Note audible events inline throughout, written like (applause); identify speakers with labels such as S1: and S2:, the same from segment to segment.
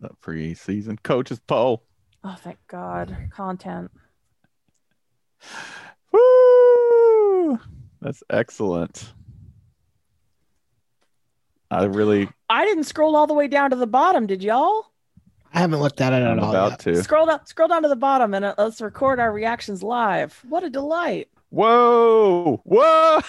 S1: Not free season. Coach's poll.
S2: Oh, thank God. Content.
S1: Woo! That's excellent. I really
S3: I didn't scroll all the way down to the bottom. Did y'all?
S4: I haven't looked at it
S1: am
S4: at all.
S1: about
S4: yet.
S1: to.
S3: Scroll down, scroll down to the bottom, and uh, let's record our reactions live. What a delight!
S1: Whoa! Whoa! (laughs)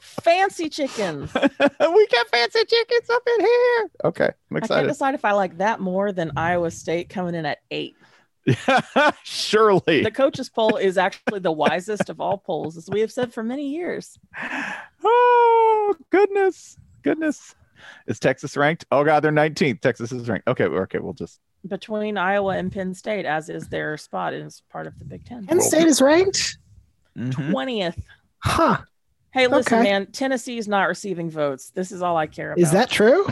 S3: Fancy chickens.
S1: we got fancy chickens up in here. Okay, I'm
S3: I can't
S1: excited.
S3: decide if I like that more than Iowa State coming in at eight.
S1: (laughs) Surely.
S3: The coaches poll is actually the wisest of all polls, as we have said for many years.
S1: Oh goodness, goodness. Is Texas ranked? Oh god, they're 19th. Texas is ranked. Okay, okay, we'll just
S3: Between Iowa and Penn State, as is their spot as part of the Big Ten.
S4: Penn State is ranked?
S1: Mhm.
S3: 20th.
S4: Huh.
S3: Hey, listen,
S4: Okay.
S3: man, Tennessee's not receiving votes. This is all I care about.
S4: Is that true?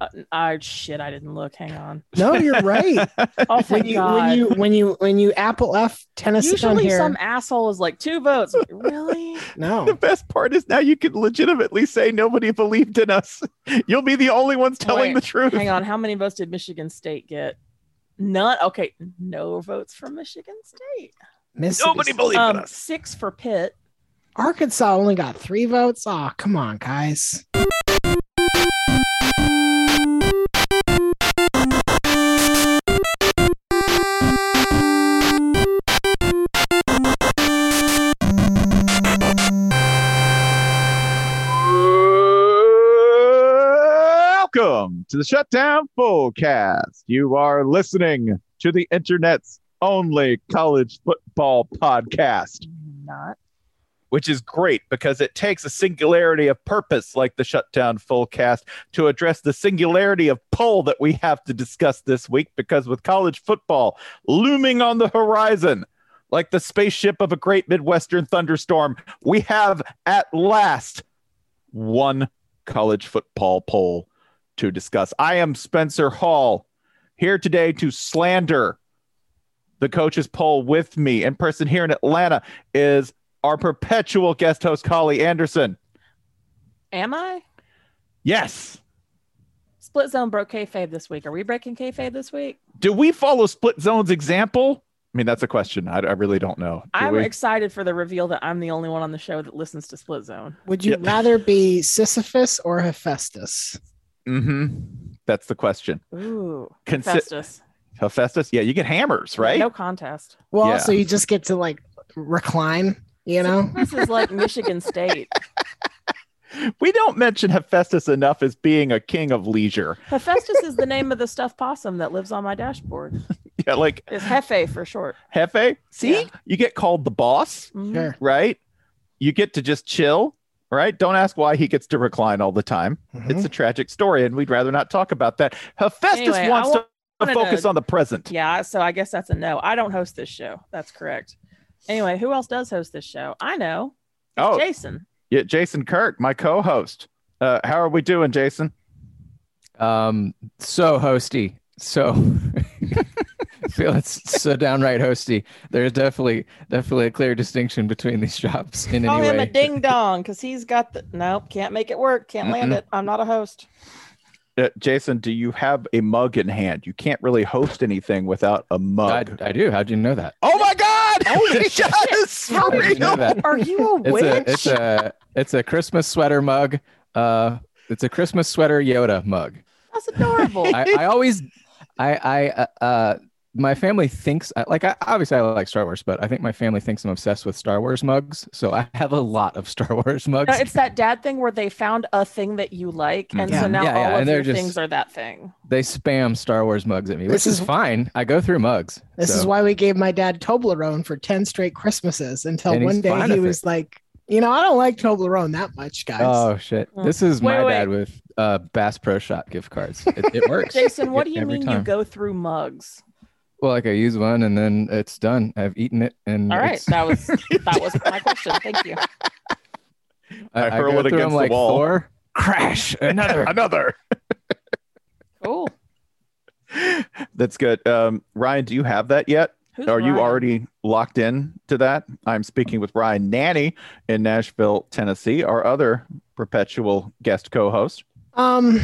S3: Uh, I shit, I didn't look. Hang
S4: (laughs)
S3: on.
S4: No,
S1: (laughs)
S4: you're right.
S3: Oh, thank
S4: when you
S3: God.
S4: when you when you when you Apple F Tennessee on
S3: Usually
S4: here.
S3: some asshole is like two votes. I'm like, really?
S1: (laughs) (laughs) The
S4: No.
S1: best part is now you can legitimately say nobody believed in us. (laughs) You'll be the only ones telling
S3: Wait,
S1: the truth.
S3: Hang on. How many votes did Michigan State get? None. Okay. No votes from Michigan State.
S4: Mississippi
S1: Nobody
S4: State.
S1: believed in
S3: Um,
S1: us.
S3: six for Pitt.
S4: Arkansas only got three votes. Aw, come on, guys.
S1: Welcome to the Shutdown Fullcast. You are listening to the internet's only college football podcast.
S3: Not.
S1: which is great because it takes a singularity of purpose like the shutdown full cast to address the singularity of poll that we have to discuss this week because with college football looming on the horizon like the spaceship of a great midwestern thunderstorm we have at last one college football poll to discuss i am spencer hall here today to slander the coaches poll with me in person here in atlanta is our perpetual guest host, Collie Anderson.
S3: Am I?
S1: Yes.
S3: Split zone broke kayfabe this week. Are we breaking kayfabe this week?
S1: Do we follow Split Zone's example? I mean, that's a question. I, I really don't know. Do
S3: I'm
S1: we?
S3: excited for the reveal that I'm the only one on the show that listens to Split Zone.
S4: Would you
S1: Yep.
S4: rather be Sisyphus or Hephaestus?
S1: Mhm. That's the question.
S3: Ooh.
S1: Consi-
S3: Festus.
S1: Hephaestus? Yeah, you get hammers, right?
S3: No contest.
S4: Well,
S1: Yeah.
S4: so you just
S3: (laughs)
S4: get to like recline, you know?
S3: This is like Michigan State.
S1: We don't mention Hephaestus enough as being a king of leisure.
S3: Hephaestus is the name of the stuffed possum that lives on my dashboard.
S1: Yeah, like
S3: It's Hefe for short.
S1: Hefe. See,
S3: Yeah.
S1: you get called the boss,
S3: Mhm.
S4: Sure.
S1: right? You get to just chill, right? Don't ask why he gets to recline all the time. It's a tragic story, and we'd rather not talk about that. Hephaestus
S3: Anyway, I
S1: wants to
S3: wanted to-
S1: focus on the present.
S3: Yeah, so I guess that's a no. I don't host this show. That's correct. Anyway, who else does host this show? I know. It's
S1: Oh.
S3: Jason.
S1: Yeah, Jason Kirk, my co-host. Uh, how are we doing, Jason?
S5: Um, so hosty. So (laughs) feel it's so downright hosty. There's definitely definitely a clear distinction between these jobs in
S4: Oh,
S3: Call
S5: any
S3: him a
S5: way.
S3: ding dong because he's got the nope. Can't make it work. Can't land it. I'm not a host.
S1: Uh, Jason, do you have a mug in hand? You can't really host anything without a
S5: I,
S1: mug.
S5: I do. How do you know that?
S1: oh my God! (laughs) yes,
S3: How
S5: How
S1: for
S5: do you know
S1: real.
S5: that?
S3: Are you a
S5: It's
S3: witch?
S5: a it's a it's a Christmas sweater mug. Uh, it's a Christmas sweater Yoda mug.
S3: That's adorable.
S5: I, I always, I, I, uh, uh, my family thinks I- like I obviously I like Star Wars, but I think my family thinks I'm obsessed with Star Wars mugs. So I have a lot of Star Wars mugs.
S3: No, it's that dad thing where they found a thing that you like, and so
S5: Yeah.
S3: now
S5: Yeah, yeah,
S3: all of
S5: and
S3: your
S5: they're just-
S3: things are that thing.
S5: they spam Star Wars mugs at me,
S4: This
S5: which is,
S4: is-
S5: fine. I go through mugs.
S4: This is
S5: so-
S4: why we gave my dad Toblerone for 10 straight Christmases until
S5: And he's
S4: one day
S5: fine
S4: he
S5: with
S4: was like, you know, I don't like Toblerone that much, guys.
S5: Oh shit! This is my
S3: Wait, wait.
S5: dad with uh, Bass Pro Shop gift cards. It, it works.
S3: Jason, what do you
S5: Every
S3: mean you
S5: time.
S3: go through mugs?
S5: Well, like I use one and then it's done. I've eaten it, and
S3: All right,
S5: it's-
S3: that was that was
S1: (laughs)
S3: my question. Thank you.
S5: I,
S1: I
S5: I
S1: hurl
S5: go
S1: it
S5: through 'em
S1: against the
S5: like
S1: wall.
S5: Thor.
S1: (laughs)
S5: Crash another.
S1: Another.
S3: Cool.
S1: (laughs) That's good. Um, Ryan, do you have that yet?
S3: Who's
S1: Are you
S3: Ryan?
S1: already locked in to that? I'm speaking with Ryan Nanny in Nashville, Tennessee, our other perpetual guest co-host.
S4: Um,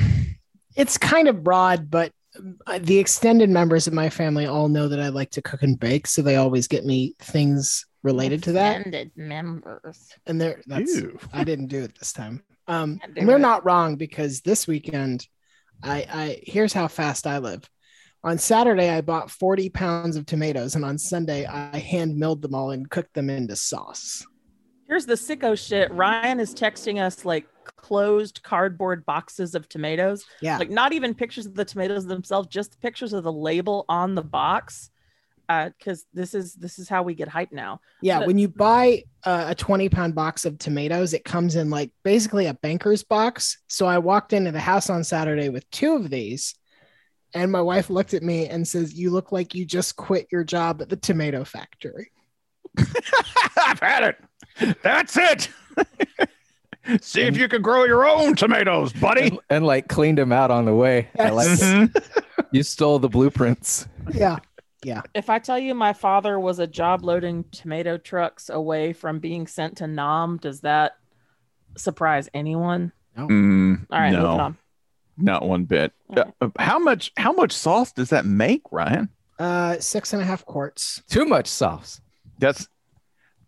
S4: it's kind of broad, but um, uh, the extended members of my family all know that I like to cook and bake, so they always get me things related to that.
S2: Extended members.
S4: And they're that's
S1: Ew.
S4: I didn't do it this time. Um,
S2: Yeah, do
S4: and they're
S2: it.
S4: not wrong because this weekend, I I here's how fast I live. On Saturday, I bought 40 pounds of tomatoes, and on Sunday, I hand milled them all and cooked them into sauce.
S3: Here's the sicko shit. Ryan is texting us like closed cardboard boxes of tomatoes,
S4: Yeah,
S3: like not even pictures of the tomatoes themselves, just pictures of the label on the box. Because this is this is how we get hype now.
S4: Yeah,
S3: But-
S4: when you buy uh, a 20 pound box of tomatoes, it comes in like basically a banker's box. So I walked into the house on Saturday with two of these, and my wife looked at me and says, You look like you just quit your job at the
S2: (laughs)
S4: tomato factory.
S1: (laughs) I've had it. That's it. (laughs) See if you can grow your own tomatoes, buddy. Mm-hmm.
S5: And, and, like cleaned him out on the way. I like
S4: Yes.
S5: it. you stole the blueprints.
S4: Yeah.
S3: If I tell you my father was a job loading tomato trucks away from being sent to Nam, does that surprise anyone?
S1: Mm,
S3: All right,
S1: no,
S3: moving on.
S1: not one bit. Uh, how much? How much sauce does that make, Ryan?
S4: Uh, six and a half quarts.
S5: Too much sauce.
S1: That's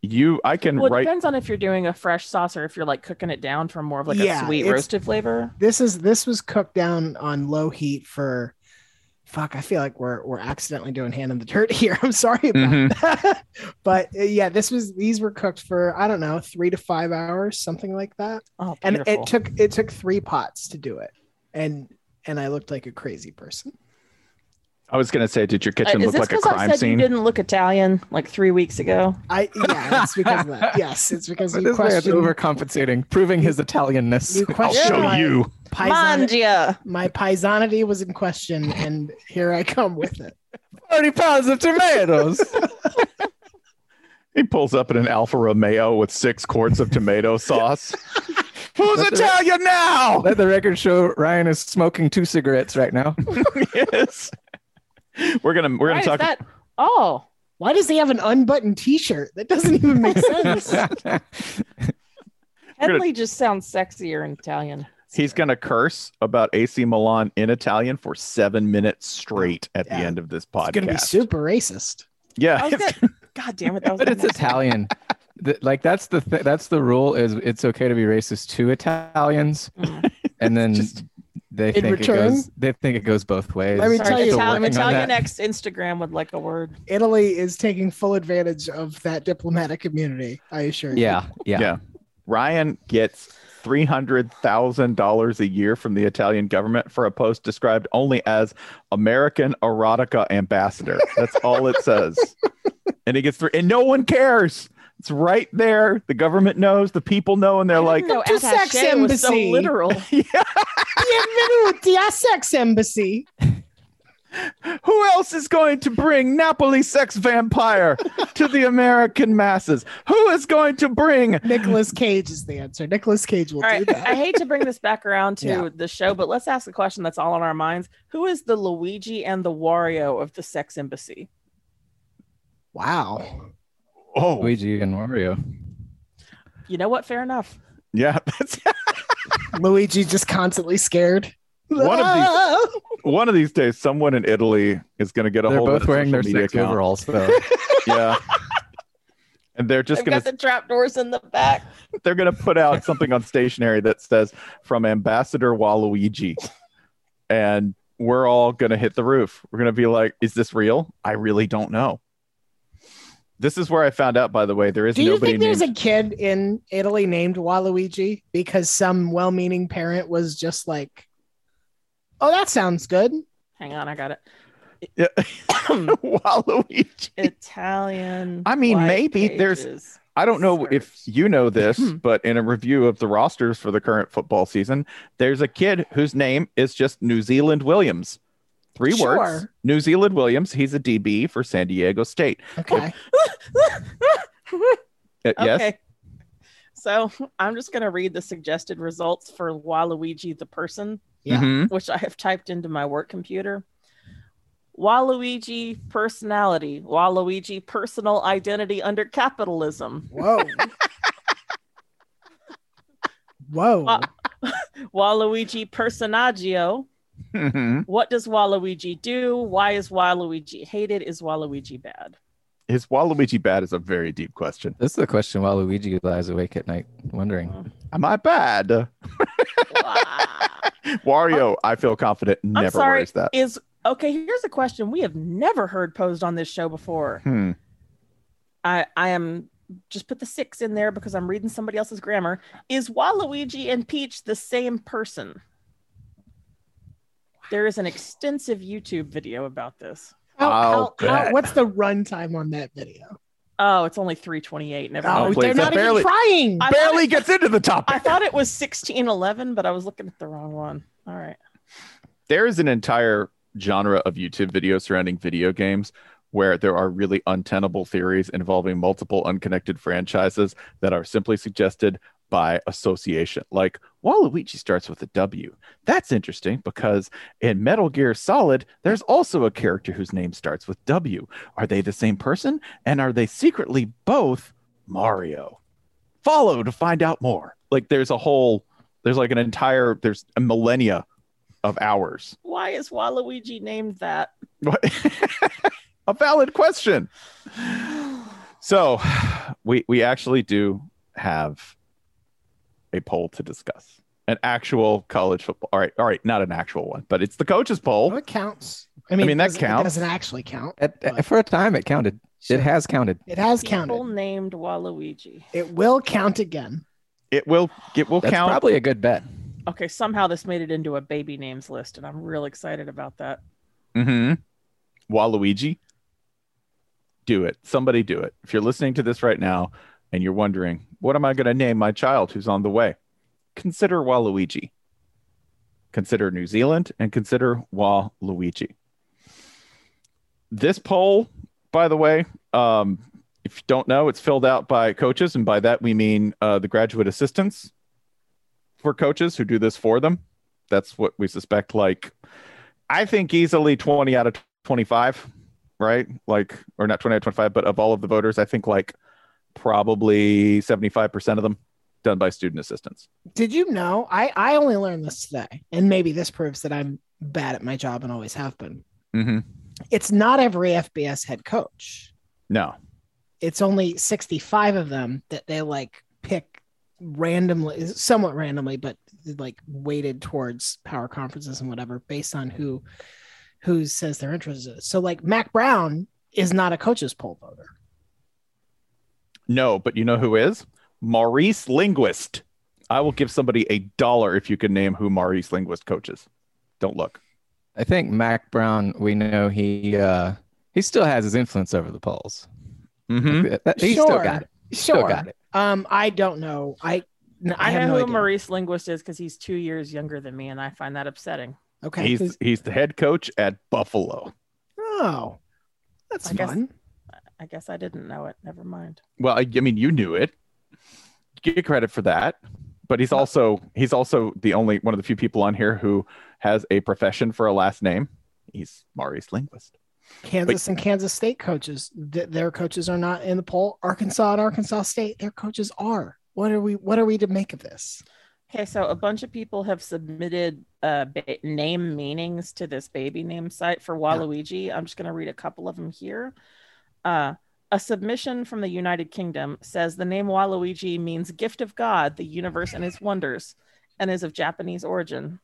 S1: you. I can
S3: Well, it
S1: write.
S3: depends on if you're doing a fresh sauce or if you're like cooking it down for more of like
S4: Yeah,
S3: a sweet
S4: it's-
S3: roasted flavor.
S4: This is this was cooked down on low heat for fuck. I feel like we're we're accidentally doing hand in the dirt (laughs) here. I'm sorry about
S1: Mhm.
S4: that. (laughs) but uh, yeah, this was these were cooked for I don't know, three to five hours, something like that.
S3: Oh,
S4: and
S3: beautiful.
S4: it took it took three pots to do it and and i looked like a crazy person
S1: I was gonna say, did your
S3: Uh,
S1: kitchen
S3: is
S1: look
S3: this
S1: like a
S3: 'cause I
S1: crime
S3: said you
S1: scene?
S3: didn't look Italian like three weeks ago?
S4: i yeah it's because of
S1: (laughs)
S4: that yes it's because
S5: This
S4: you
S5: man's
S4: questioned,
S5: overcompensating, proving his Italianness.
S4: you
S1: I'll
S4: questioned
S1: show
S4: my,
S1: you.
S4: paisan-
S3: Mangia.
S4: my paisanity was in question and here i come with it
S5: 40 pounds of tomatoes.
S1: He pulls up in an Alfa Romeo with six quarts of tomato sauce. Who's
S5: That's right.
S1: Italian (laughs) now?
S5: Let the record show Ryan is smoking two cigarettes right now.
S1: yes. (laughs) We're gonna we're gonna
S3: Why is
S1: talk.
S3: that? Oh,
S4: why does he have an unbuttoned t-shirt that doesn't even
S5: (laughs)
S4: make sense
S1: We're gonna-
S3: Henley just sounds sexier in Italian.
S1: He's gonna curse about AC Milan in Italian for seven minutes straight at the
S4: Yeah.
S1: end of this
S4: it's
S1: podcast.
S4: gonna be super racist
S1: Yeah.
S3: I was
S1: it's-
S4: (laughs)
S3: gonna- God damn it! That was
S5: but
S3: my
S5: it's
S3: next-
S5: Italian. Th- like that's the th- that's the rule is it's okay to be racist to Italians,
S3: Mm.
S5: and then
S1: just-
S5: they
S4: In
S5: think
S4: return?
S5: it goes they think it goes both ways.
S4: Let me
S5: We're
S4: tell
S3: Sorry,
S4: you,
S5: still
S3: Ital-
S5: working on
S3: Italian
S5: that.
S3: ex Instagram would like a word.
S4: italy is taking full advantage of that diplomatic immunity i assure you
S5: Yeah, yeah,
S1: Yeah. Ryan gets $300,000 a year from the Italian government for a post described only as American erotica ambassador. That's all it says. and he gets through, and no one cares. It's right there. The government knows, the people know, and they're like,
S3: no,
S4: to sex
S3: attaché was so
S4: embassy.
S3: literal.
S4: (laughs) Bienvenuti a sex embassy.
S1: Who else is going to bring Napoli sex vampire to the American masses? Who is going to bring?
S4: Nicholas Cage is the answer. Nicholas Cage will
S3: All right,
S4: do that.
S3: I hate to bring this back around to
S4: Yeah.
S3: the show, but let's ask a question that's all on our minds. Who is the Luigi and the Wario of the sex embassy?
S4: wow.
S1: Oh,
S5: Luigi and Wario.
S3: You know what? Fair enough.
S1: yeah. (laughs) That's,
S4: Luigi just constantly scared.
S1: One of these- one of these days, someone in Italy is going to get a
S5: They're
S1: hold of
S5: both
S1: the
S5: wearing their
S1: social media
S5: sex
S1: account.
S5: overalls, though.
S1: (laughs) Yeah. And they're just
S3: I've
S1: gonna
S3: got the trapdoors in the back.
S1: they're gonna put out something on stationery that says from Ambassador Waluigi. And we're all gonna hit the roof. We're gonna be like, is this real? I really don't know. This is where I found out, by the way, there is
S4: Do you
S1: nobody
S4: think there's
S1: named
S4: a kid in Italy named Waluigi because some well-meaning parent was just like, "Oh, that sounds good."
S3: Hang on, I got it.
S1: Yeah. (laughs) Waluigi.
S3: (coughs) Italian.
S1: I mean,
S3: white
S1: maybe there's-
S3: pages.
S1: I don't know if
S3: Search.
S1: you know this,
S3: Hmm.
S1: but in a review of the rosters for the current football season, there's a kid whose name is just New Zealand Williams. Three
S4: Sure.
S1: words. New Zealand Williams. He's a DB for San Diego State.
S4: Okay.
S1: Uh, Yes.
S3: Okay. So I'm just going to read the suggested results for Waluigi the person,
S4: Yeah.
S1: Mhm.
S3: which I have typed into my work computer. Waluigi personality, Waluigi personal identity under capitalism,
S1: Oh.
S4: Whoa. Whoa.
S3: Wa- (laughs) Waluigi personaggio.
S1: Mhm.
S3: What does Waluigi do? Why is Waluigi hated? Is Waluigi bad?
S1: Is Waluigi bad is a very deep question. Mm-hmm.
S5: this is the question while Luigi lies awake at night, wondering.
S1: Am I bad? Wario, I feel confident,
S3: Uh, I'm
S1: never
S3: sorry.
S1: wears that.
S3: Is okay. Here's a question we have never heard posed on this show before.
S1: Hmm.
S3: I I am just put the six in there because I'm reading somebody else's grammar. Is Waluigi and Peach the same person? There is an extensive YouTube video about this.
S4: How- how-
S1: I'll
S4: how-
S1: bet.
S4: what's the runtime on that video?
S3: Oh, it's only 328. Never
S1: Oh,
S4: Oh,
S3: mind.
S1: please,
S4: they're
S1: that
S4: not
S1: barely-
S4: even trying.
S3: I thought
S1: Barely
S3: it,
S1: gets into the topic.
S3: I thought it was 1611, but I was looking at the wrong one. All right.
S1: there is an entire genre of YouTube videos surrounding video games where there are really untenable theories involving multiple unconnected franchises that are simply suggested by association. Like Waluigi starts with a W. That's interesting because in Metal Gear Solid, there's also a character whose name starts with W. Are they the same person? And are they secretly both Mario? Follow to find out more. Like there's a whole, there's like an entire, there's a millennia of hours
S3: Why is Waluigi named that?
S1: what? (laughs) a valid question. So, we we actually do have a poll to discuss. An actual college football. All right, all right, not an actual one, but it's the coaches
S4: Oh,
S1: poll.
S4: it counts. I mean,
S1: mean,
S4: it
S1: that
S4: doesn't- it
S1: counts.
S4: doesn't actually count.
S5: At, at- for a time, it counted. It has counted.
S4: It has
S3: People
S4: counted.
S3: named Waluigi.
S4: It will count again.
S1: It will it will
S5: That's
S1: count.
S5: probably a good bet.
S3: Okay, somehow this made it into a baby names list, and I'm real excited about that.
S1: Mhm. Waluigi. Do it. Somebody do it. If you're listening to this right now and you're wondering, what am I going to name my child who's on the way? Consider Waluigi. Consider New Zealand and consider Waluigi. This poll, by the way, um, if you don't know, it's filled out by coaches, and by that we mean uh, the graduate assistants for coaches who do this for them. That's what we suspect. Like I think easily 20 out of 25, right? Like, or not 20 out of 25, but of all of the voters, I think like probably 75% of them done by student assistants.
S4: Did you know? I, I only learned this today. And maybe this proves that I'm bad at my job and always have been.
S1: Mm-hmm.
S4: It's not every FBS head coach.
S1: No.
S4: It's only 65 of them that they like pick randomly, somewhat randomly, but like weighted towards power conferences and whatever based on who who says their interest is. So like Mac Brown is not a coaches poll voter.
S1: No, but you know who is? Maurice Linguist. I will give somebody a dollar if you can name who Maurice Linguist coaches. Don't look.
S5: I think Mac Brown, we know he uh, he still has his influence over the polls.
S1: Mhm.
S5: That- He still got it.
S4: Sure.
S5: got it.
S4: Um, I don't know. I n- I,
S3: I,
S4: have
S3: know
S4: no
S3: who
S4: idea.
S3: Maurice Linguist is because he's two years younger than me, and I find that upsetting.
S4: Okay.
S1: He's he's the head coach at Buffalo.
S4: oh, that's
S3: I guess-
S4: fun.
S3: I guess I didn't know it. Never mind.
S1: Well, I, I mean, you knew it. Get credit for that. But he's also he's also the only one of the few people on here who has a profession for a last name. He's Maurice Linguist.
S4: Kansas and Kansas State coaches, th- their coaches are not in the poll. Arkansas and Arkansas State, their coaches are. What are we? What are we to make of this?
S3: Okay, so a bunch of people have submitted uh, ba- name meanings to this baby name site for Waluigi. I'm just going to read a couple of them here. Uh, a submission from the United Kingdom says the name Waluigi means gift of God, the universe and its wonders, and is of Japanese origin.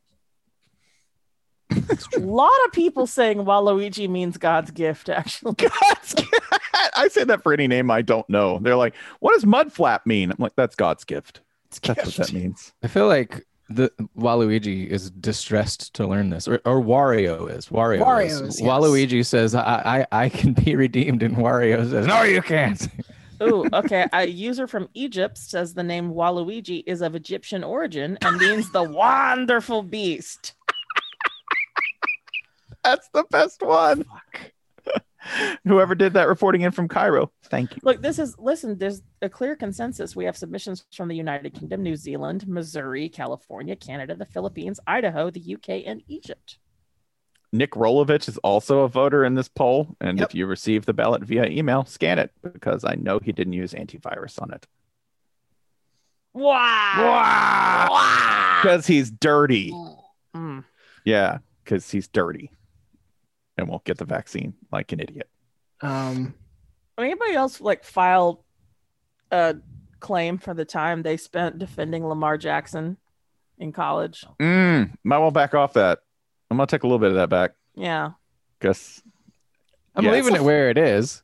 S3: A lot of people saying Waluigi means God's gift,
S1: (laughs)
S3: actually.
S1: God's gift. I say that for any name I don't know. They're like, what does mudflap mean? I'm like, that's God's gift. That's what that means.
S5: I feel like the Waluigi is distressed to learn this, or, or Wario is. Wario, is.
S4: Wario is, yes.
S5: Waluigi says, I, "I I can be redeemed," and Wario says, "No, you can't."
S3: Ooh, okay. A user from Egypt says the name Waluigi is of Egyptian origin and means the wonderful beast.
S1: That's the best one. (laughs) Whoever did that reporting in from Cairo, thank you.
S3: Look, this is listen, there's a clear consensus. We have submissions from the United Kingdom, New Zealand, Missouri, California, Canada, the Philippines, Idaho, the UK, and Egypt.
S1: Nick Rolovich is also a voter in this poll. And
S4: Yep.
S1: if you receive the ballot via email, scan it because I know he didn't use antivirus on it.
S3: Wow.
S1: Because he's dirty.
S3: Ah. Mm.
S1: Yeah, because he's dirty and won't get the vaccine like an idiot.
S4: Um,
S3: Anybody else like file a claim for the time they spent defending Lamar Jackson in college?
S1: Mm, might well back off that. I'm going to take a little bit of that back.
S3: Yeah.
S1: Guess
S5: I'm
S1: Yeah.
S5: leaving it where it is,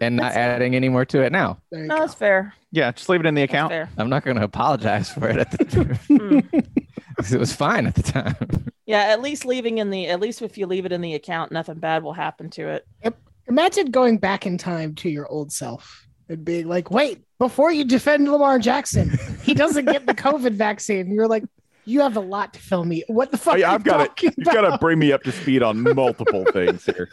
S5: and not adding any more to it now.
S4: there you
S3: No,
S4: go.
S3: that's fair.
S1: yeah, just leave it in the
S3: That's
S1: account.
S3: fair.
S5: I'm not going to apologize for it at the
S4: (laughs)
S1: Hmm. (laughs)
S5: because it was fine at the time.
S3: Yeah, at least leaving in the at least if you leave it in the account, nothing bad will happen to it.
S4: Imagine going back in time to your old self and being like, wait, before you defend Lamar Jackson, he doesn't get
S3: (laughs)
S4: the COVID vaccine. You're like, you have a lot to fill me. What the fuck?
S1: Oh, yeah, I've got it.
S4: it.
S1: You've got to bring me up to speed on multiple things here.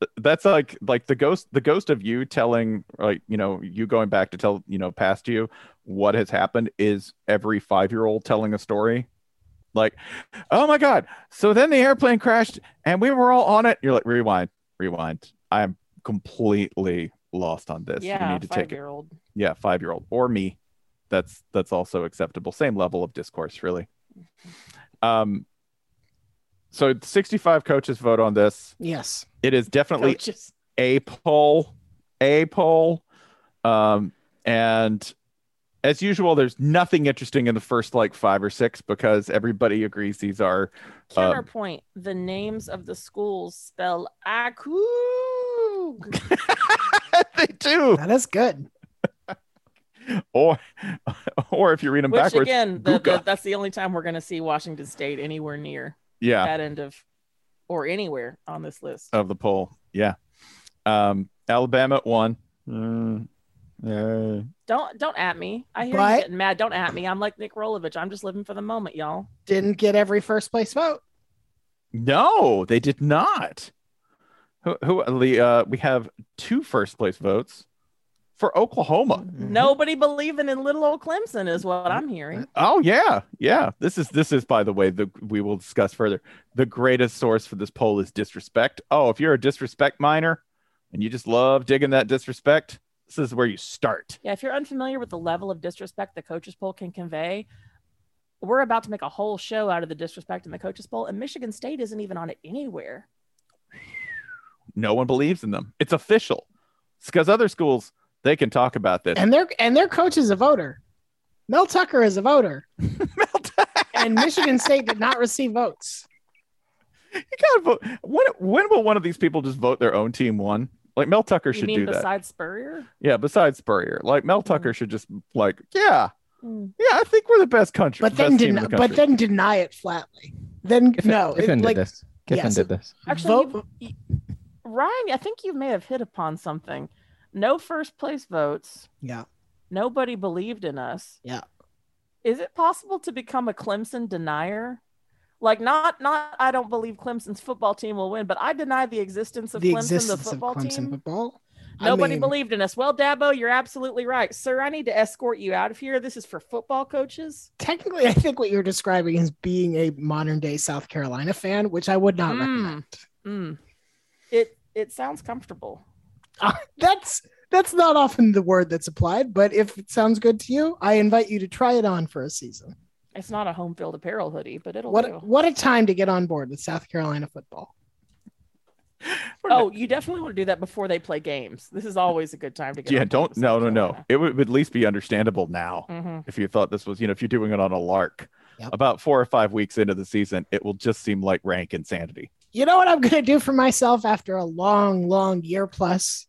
S1: Th- That's like like the ghost the ghost of you telling like you know you going back to tell you know past you what has happened is every 5-year-old telling a story. Like, "Oh my god, so then the airplane crashed and we were all on it." You're like, "Rewind, rewind. I am completely lost on this.
S3: yeah,
S1: you need to
S3: five
S1: take it."
S3: year old.
S1: Yeah, 5-year-old or me. That's that's also acceptable. Same level of discourse,
S3: (laughs)
S1: really. Um so 65 coaches vote on this.
S4: Yes.
S1: It is definitely
S3: Coaches.
S1: a poll, a poll. Um, and as usual, there's nothing interesting in the first like five or six because everybody agrees these
S3: (laughs)
S1: are
S3: Counterpoint: The names of the schools spell Akug.
S1: they do.
S4: That is good.
S1: (laughs) Or or if you read them
S3: Which
S1: backwards,
S3: again, the, the,
S1: Gooka.
S3: that's the only time we're going to see Washington State anywhere near
S1: yeah. Uh,
S3: that end of, or anywhere on this list.
S1: of the poll. Yeah. Um, Alabama at one. Mm, yeah.
S3: don't don't at me. I hear
S4: But-
S3: you getting mad. Don't at me. I'm like Nick Rolovich. I'm just living for the moment, y'all.
S4: Didn't get every first place vote.
S1: No, they did not. Who, who the, uh, we have two first place votes for Oklahoma.
S4: Mm-hmm.
S3: Nobody believing in little old Clemson is what I'm hearing.
S1: Oh yeah, yeah. This is this is by the way the we will discuss further. The greatest source for this poll is disrespect. Oh, if you're a disrespect miner and you just love digging that disrespect, this is where you start.
S3: Yeah, if you're unfamiliar with the level of disrespect the coaches poll can convey, we're about to make a whole show out of the disrespect in the coaches poll, and Michigan State isn't even on it anywhere.
S1: No one believes in them. It's official. It's because other schools they can talk about this.
S4: (laughs) And their and their coach is a voter. Mel Tucker is
S1: (laughs)
S4: a voter. and Michigan State did not receive votes.
S1: You gotta vote. When when will one of these people just vote their own team one? Like Mel Tucker
S3: you
S1: should
S3: mean Mm-hmm.
S1: do that.
S3: besides Spurrier?
S1: Yeah, besides Spurrier, like Mel Tucker should just like yeah,
S3: Mm.
S1: Yeah, I think we're the best country.
S4: but then
S1: best team in
S4: den-
S1: the
S4: but
S1: country.
S4: then deny it flatly. Then
S5: Kiffin,
S4: no, it-
S5: Kiffin
S4: Oh, like
S5: did this. Kiffin
S4: yes.
S5: did this.
S3: Actually,
S4: vote.
S3: Ryan, I think you may have hit upon something. No first place votes.
S4: Yeah,
S3: Nobody believed in us.
S4: Yeah.
S3: Is it possible to become a Clemson denier? Like not not I don't believe Clemson's football team will win, but I deny the existence of
S4: the
S3: Clemson
S4: existence
S3: the football
S4: of Clemson
S3: team.
S4: football. I
S3: Nobody
S4: mean,
S3: believed in us. Well, Dabo, you're absolutely right. Sir, I need to escort you out of here. This is for football coaches.
S4: Technically, I think what you're describing is being a modern day South Carolina fan, which I would not
S3: Mm.
S4: recommend.
S3: Mm. It it sounds comfortable.
S4: That's that's not often the word that's applied, but if it sounds good to you, I invite you to try it on for a season.
S3: It's not a home field apparel hoodie, but it'll do.
S4: What what a time to get on board with South Carolina football.
S3: Oh, you definitely want to do that before they play games. This is always a good time to get.
S1: yeah, don't. No, no, no. It would at least be understandable now
S3: Mm-hmm.
S1: if you thought this was, you know, if you're doing it on a lark.
S4: Yep.
S1: About four or five weeks into the season, it will just seem like rank insanity.
S4: you know what I'm going to do for myself after a long, long year plus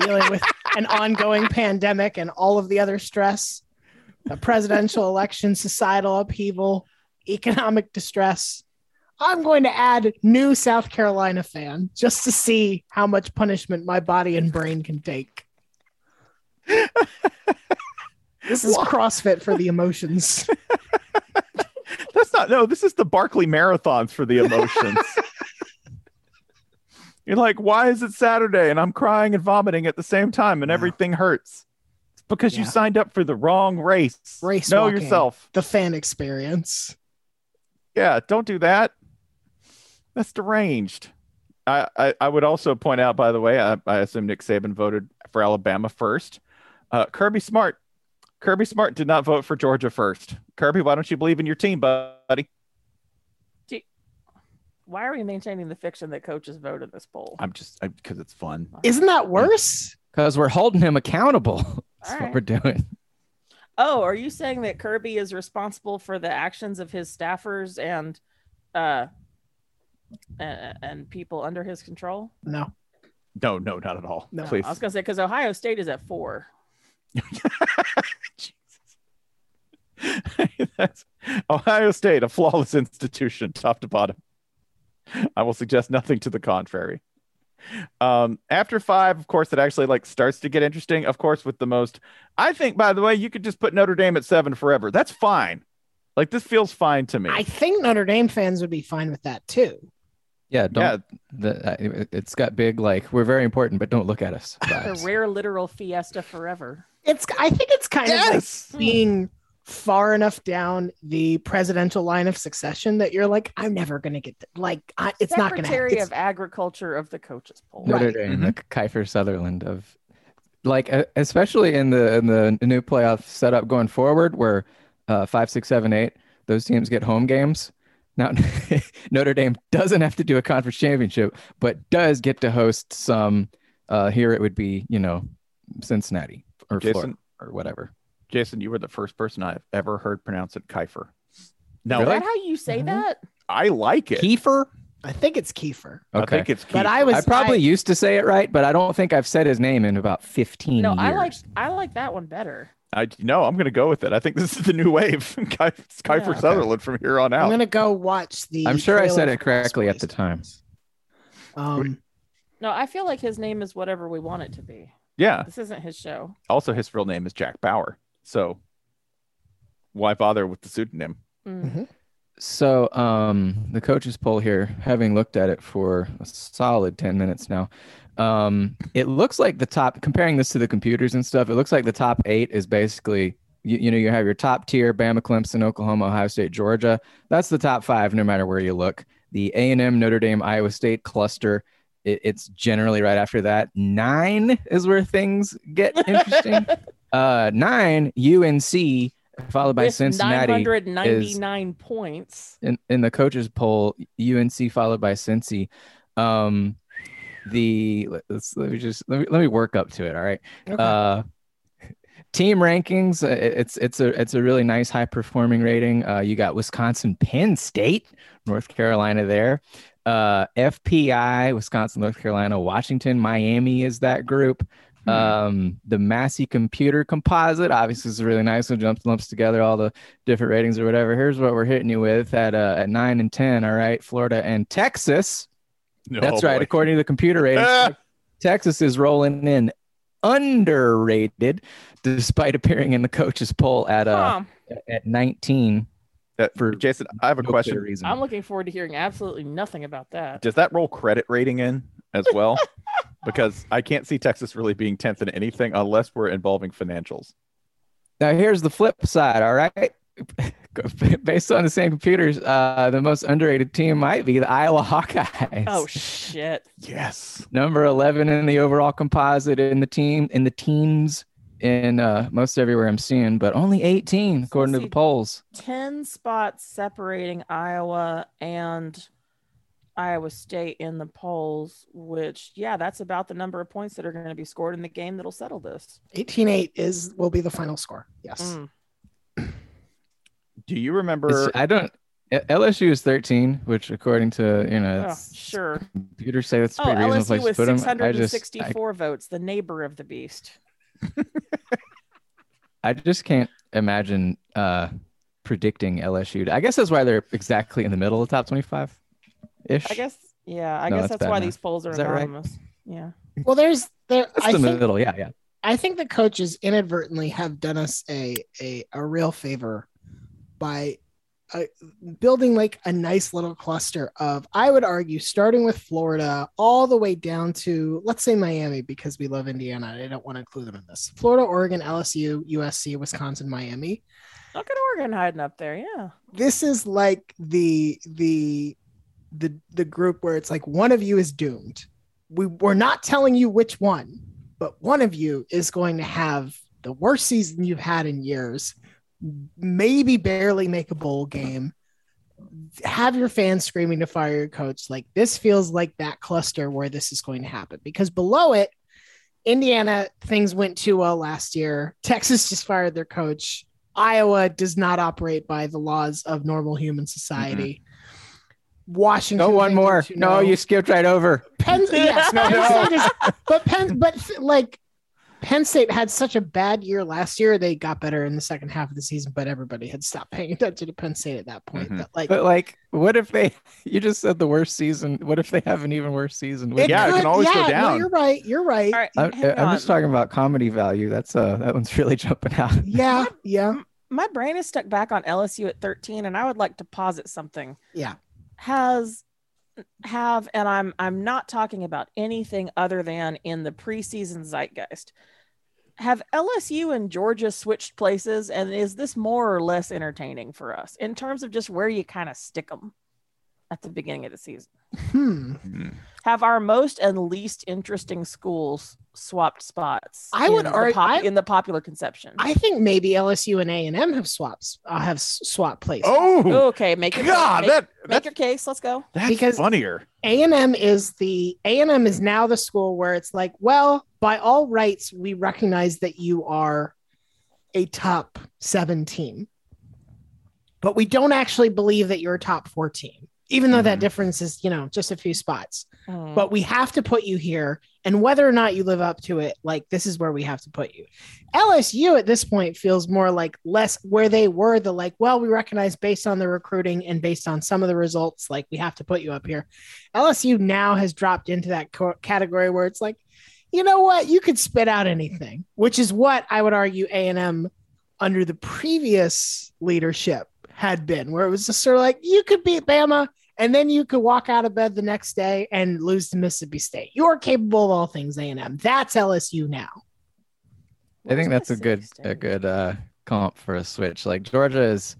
S4: dealing with an ongoing pandemic and all of the other stress, a presidential election, societal upheaval, economic distress. I'm going to add new South Carolina fan just to see how much punishment my body and brain can take. this is CrossFit for the emotions.
S1: That's not no. This is the Barkley marathons for the
S4: (laughs)
S1: emotions. You're like, why is it Saturday and I'm crying and vomiting at the same time and
S4: Yeah.
S1: everything hurts? It's because you
S4: Yeah.
S1: signed up for the wrong race.
S4: Race
S1: know
S4: walking.
S1: yourself.
S4: The fan experience.
S1: Yeah, don't do that. That's deranged. I, I, I would also point out, by the way, I, I assume Nick Saban voted for Alabama first. Uh, Kirby Smart, Kirby Smart did not vote for Georgia first. Kirby, why don't you believe in your team, buddy?
S3: Why are we maintaining the fiction that coaches vote in this poll?
S1: I'm just because it's fun.
S4: Isn't that worse?
S5: Because we're holding him accountable. (laughs) That's
S3: All
S5: what
S3: right.
S5: we're doing.
S3: Oh, are you saying that Kirby is responsible for the actions of his staffers and uh and, and people under his control?
S4: No.
S1: No, no, not at all.
S4: No.
S1: Please.
S3: I was gonna say because Ohio State is at four.
S1: (laughs) That's Ohio State, a flawless institution, top to bottom. I will suggest nothing to the contrary. Um, after five, of course, it actually like starts to get interesting. Of course, with the most, I think. By the way, you could just put Notre Dame at seven forever. That's fine. Like this feels fine to me.
S4: I think Notre Dame fans would be fine with that too.
S5: Yeah, don't. The, uh, it's got big like we're very important, but don't look at us.
S3: The
S5: vibes.
S3: rare literal fiesta forever.
S4: It's I think it's kind
S1: yes.
S4: of like being far enough down the presidential line of succession that you're like, I'm never gonna get th- like I, it's not gonna.
S3: Secretary
S4: It's,
S3: of Agriculture of the coaches poll.
S5: Notre
S4: Right.
S5: Dame, the Kiefer Sutherland of like uh, especially in the in the new playoff setup going forward, where uh, five, six, seven, eight, those teams get home games. Now (laughs) Notre Dame doesn't have to do a conference championship, but does get to host some. Uh, here it would be you know Cincinnati or Florida
S1: Jason,
S5: or whatever.
S1: Jason, you were the first person I've ever heard pronounce it Kiefer. Now
S3: Is
S5: Really?
S3: that how you say
S4: Mm-hmm.
S5: Mhm.
S3: that?
S1: I like it.
S5: Kiefer.
S4: I think it's Kiefer,
S1: I
S5: Okay.
S1: think it's.
S4: but
S1: Kiefer.
S4: I was
S5: I probably used to say it right, but I don't think I've said his name in about 15
S3: No,
S5: years.
S3: I like I like that one better.
S1: I no, I'm gonna go with it. I think this is the new wave. (laughs) Ky- it's Kiefer
S3: Yeah.
S1: Sutherland from here on
S4: I,
S1: out.
S4: am gonna go watch the.
S5: I'm sure I
S4: trailer
S5: said
S4: for
S5: it
S4: Lost
S5: correctly at the
S4: Boys.
S5: time.
S4: Um,
S3: No, I feel like his name is whatever we want it to be.
S1: Yeah.
S3: This isn't his show.
S1: Also, his real name is Jack Bauer. So why bother with the pseudonym?
S3: Mm.
S5: So, um, the coaches poll here, having looked at it for a solid 10 minutes now, um, it looks like the top, comparing this to the computers and stuff, it looks like the top eight is basically, you, you know, you have your top tier, Bama, Clemson, Oklahoma, Ohio State, Georgia. That's the top five, no matter where you look. The A&M, Notre Dame, Iowa State cluster, it, it's generally right after that. Nine is where things get interesting. uh, nine, UNC, followed by
S3: With
S5: Cincinnati.
S3: 999 points.
S5: in, in the coaches poll, UNC followed by Cincy. Um, the let- let's let me just let me, let me work up to it. All right.
S4: okay.
S5: Uh, team rankings. uh, it- It's it's a it's a really nice high performing rating. Uh, you got Wisconsin, Penn State, North Carolina there. Uh, FPI, Wisconsin, North Carolina, Washington, Miami is that group. Um, the Massey computer composite, obviously, is a really nice one. Jumps lumps together all the different ratings or whatever. Here's what we're hitting you with at uh, at nine and ten. All right, Florida and Texas. That's
S1: Oh,
S5: right.
S1: boy.
S5: According to the computer ratings,
S1: (laughs) Ah!
S5: Texas is rolling in underrated, despite appearing in the coaches poll at uh,
S3: Huh.
S5: at 19.
S1: That-
S5: For
S1: Jason, I have a
S5: no clear
S1: question.
S5: Reason.
S3: I'm looking forward to hearing absolutely nothing about that.
S1: Does that roll credit rating in as
S5: (laughs)
S1: well? because I can't see Texas really being 10th in anything unless we're involving financials.
S5: Now here's the flip side. All right, (laughs) based on the same computers, uh, the most underrated team might be the Iowa Hawkeyes.
S3: Oh shit.
S1: Yes.
S5: number 11 in the overall composite in the team in the teams in uh, most everywhere I'm seeing, but only 18 according to the
S3: see-
S5: polls.
S3: 10 spots separating Iowa and Iowa State in the polls, which, yeah, that's about the number of points that are going to be scored in the game that'll settle this.
S4: 18-8 is will be the final score. Yes.
S3: Mm.
S1: Do you remember?
S5: It's- I don't. LSU is 13, which according to you know
S3: Oh,
S5: it's-
S3: sure.
S5: computers say that's a
S3: Oh,
S5: pretty reasonable
S3: LSU
S5: place to
S3: with
S5: put them. I just I,
S3: 664 votes, the neighbor of the beast.
S5: I just can't imagine uh, predicting LSU. I guess that's why they're exactly in the middle of the top 25 ish.
S3: I guess, yeah, I
S5: No,
S3: guess
S5: that's
S3: that's,
S5: bad
S3: why
S5: math.
S3: these polls are
S5: Is that right?
S3: anonymous. Yeah.
S4: Well, there's there.
S5: it's
S4: I
S5: the
S4: think
S5: middle. Yeah, yeah.
S4: I think the coaches inadvertently have done us a a, a real favor by uh, building like a nice little cluster of I would argue starting with Florida all the way down to let's say Miami because we love Indiana. and I don't want to include them in this. Florida, Oregon, LSU, USC, Wisconsin, Miami.
S3: Look at Oregon hiding up there. Yeah.
S4: This is like the the the the group where it's like one of you is doomed. We we're not telling you which one, but one of you is going to have the worst season you've had in years, maybe barely make a bowl game. Have your fans screaming to fire your coach. Like this feels like that cluster where this is going to happen because below it, Indiana things went too well last year. Texas just fired their coach. Iowa does not operate by the laws of normal human society. Washington.
S5: No one
S4: they
S5: more.
S4: did too
S5: No,
S4: well.
S5: you skipped right over. (laughs)
S4: Penn, yes,
S3: No,
S4: Penn
S3: no.
S4: State is, but Penn, but like Penn State had such a bad year last year. They got better in the second half of the season, but everybody had stopped paying attention to Penn State at that point.
S1: Mhm.
S4: That, like,
S5: But like, what if they? (laughs) You just said the worst season. What if they have an even worse season? with
S1: It yeah,
S5: that?
S1: it can always go down.
S4: you're right. You're right.
S3: All right.
S5: I'm,
S3: hang
S5: I'm just
S3: on.
S5: talking about comedy value. That's uh, that one's really (laughs) jumping out.
S4: Yeah, yeah,
S3: my brain is stuck back on LSU at 13 and I would like to posit something.
S4: Yeah.
S3: Has have and I'm I'm not talking about anything other than in the preseason zeitgeist. Have LSU and Georgia switched places and is this more or less entertaining for us in terms of just where you kind of stick them at the beginning of the season?
S4: Hmm.
S3: Have our most and least interesting schools swapped spots?
S4: I would
S3: in the
S4: argue- I-
S3: in the popular conception.
S4: I think maybe LSU and A and M have swaps. Uh, have s- swap places.
S1: oh,
S3: okay, make your
S1: God.
S3: make,
S1: that,
S3: make
S1: that's,
S3: your case. Let's go.
S1: that's
S4: because-
S1: funnier.
S4: A&M is the A&M is now the school where it's like, well, by all rights, we recognize that you are a top 7 team. But we don't actually believe that you're a top 4 team, even though that
S1: Mhm.
S4: difference is, you know, just a few spots.
S3: Mm.
S4: But we have to put you here and whether or not you live up to it, like this is where we have to put you. LSU at this point feels more like less where they were the like, well, we recognize based on the recruiting and based on some of the results, like we have to put you up here. LSU now has dropped into that co- category where it's like, you know what, you could spit out anything, which is what I would argue A and M under the previous leadership had been, where it was just sort of like you could beat Bama and then you could walk out of bed the next day and lose to Mississippi State. You're capable of all things A and M. That's LSU now.
S5: I think
S3: What
S5: that's
S3: was
S5: a good
S3: Mississippi
S5: a
S3: State?
S5: good uh, comp for a switch. Like Georgia is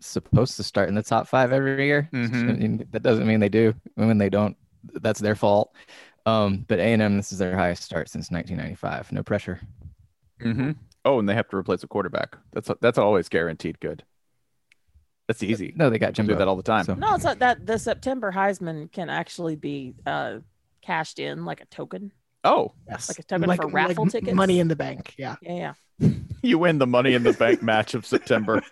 S5: supposed to start in the top five every year.
S1: Mhm.
S5: I mean, that doesn't mean they do. And when they don't, that's their fault. Um, but A and M, this is their highest start since 1995. No pressure.
S1: Mm-hmm. Oh, and they have to replace a quarterback. That's that's always guaranteed good. That's easy.
S5: No, they got
S1: do
S5: Jimbo.
S1: that all the time.
S5: So-
S3: No, it's not that the September Heisman can actually be uh cashed in like a token.
S1: Oh,
S4: Yes.
S3: Like a token for raffle tickets?
S4: Money in the bank. Yeah.
S3: Yeah, yeah.
S1: you win the Money in the Bank match of September.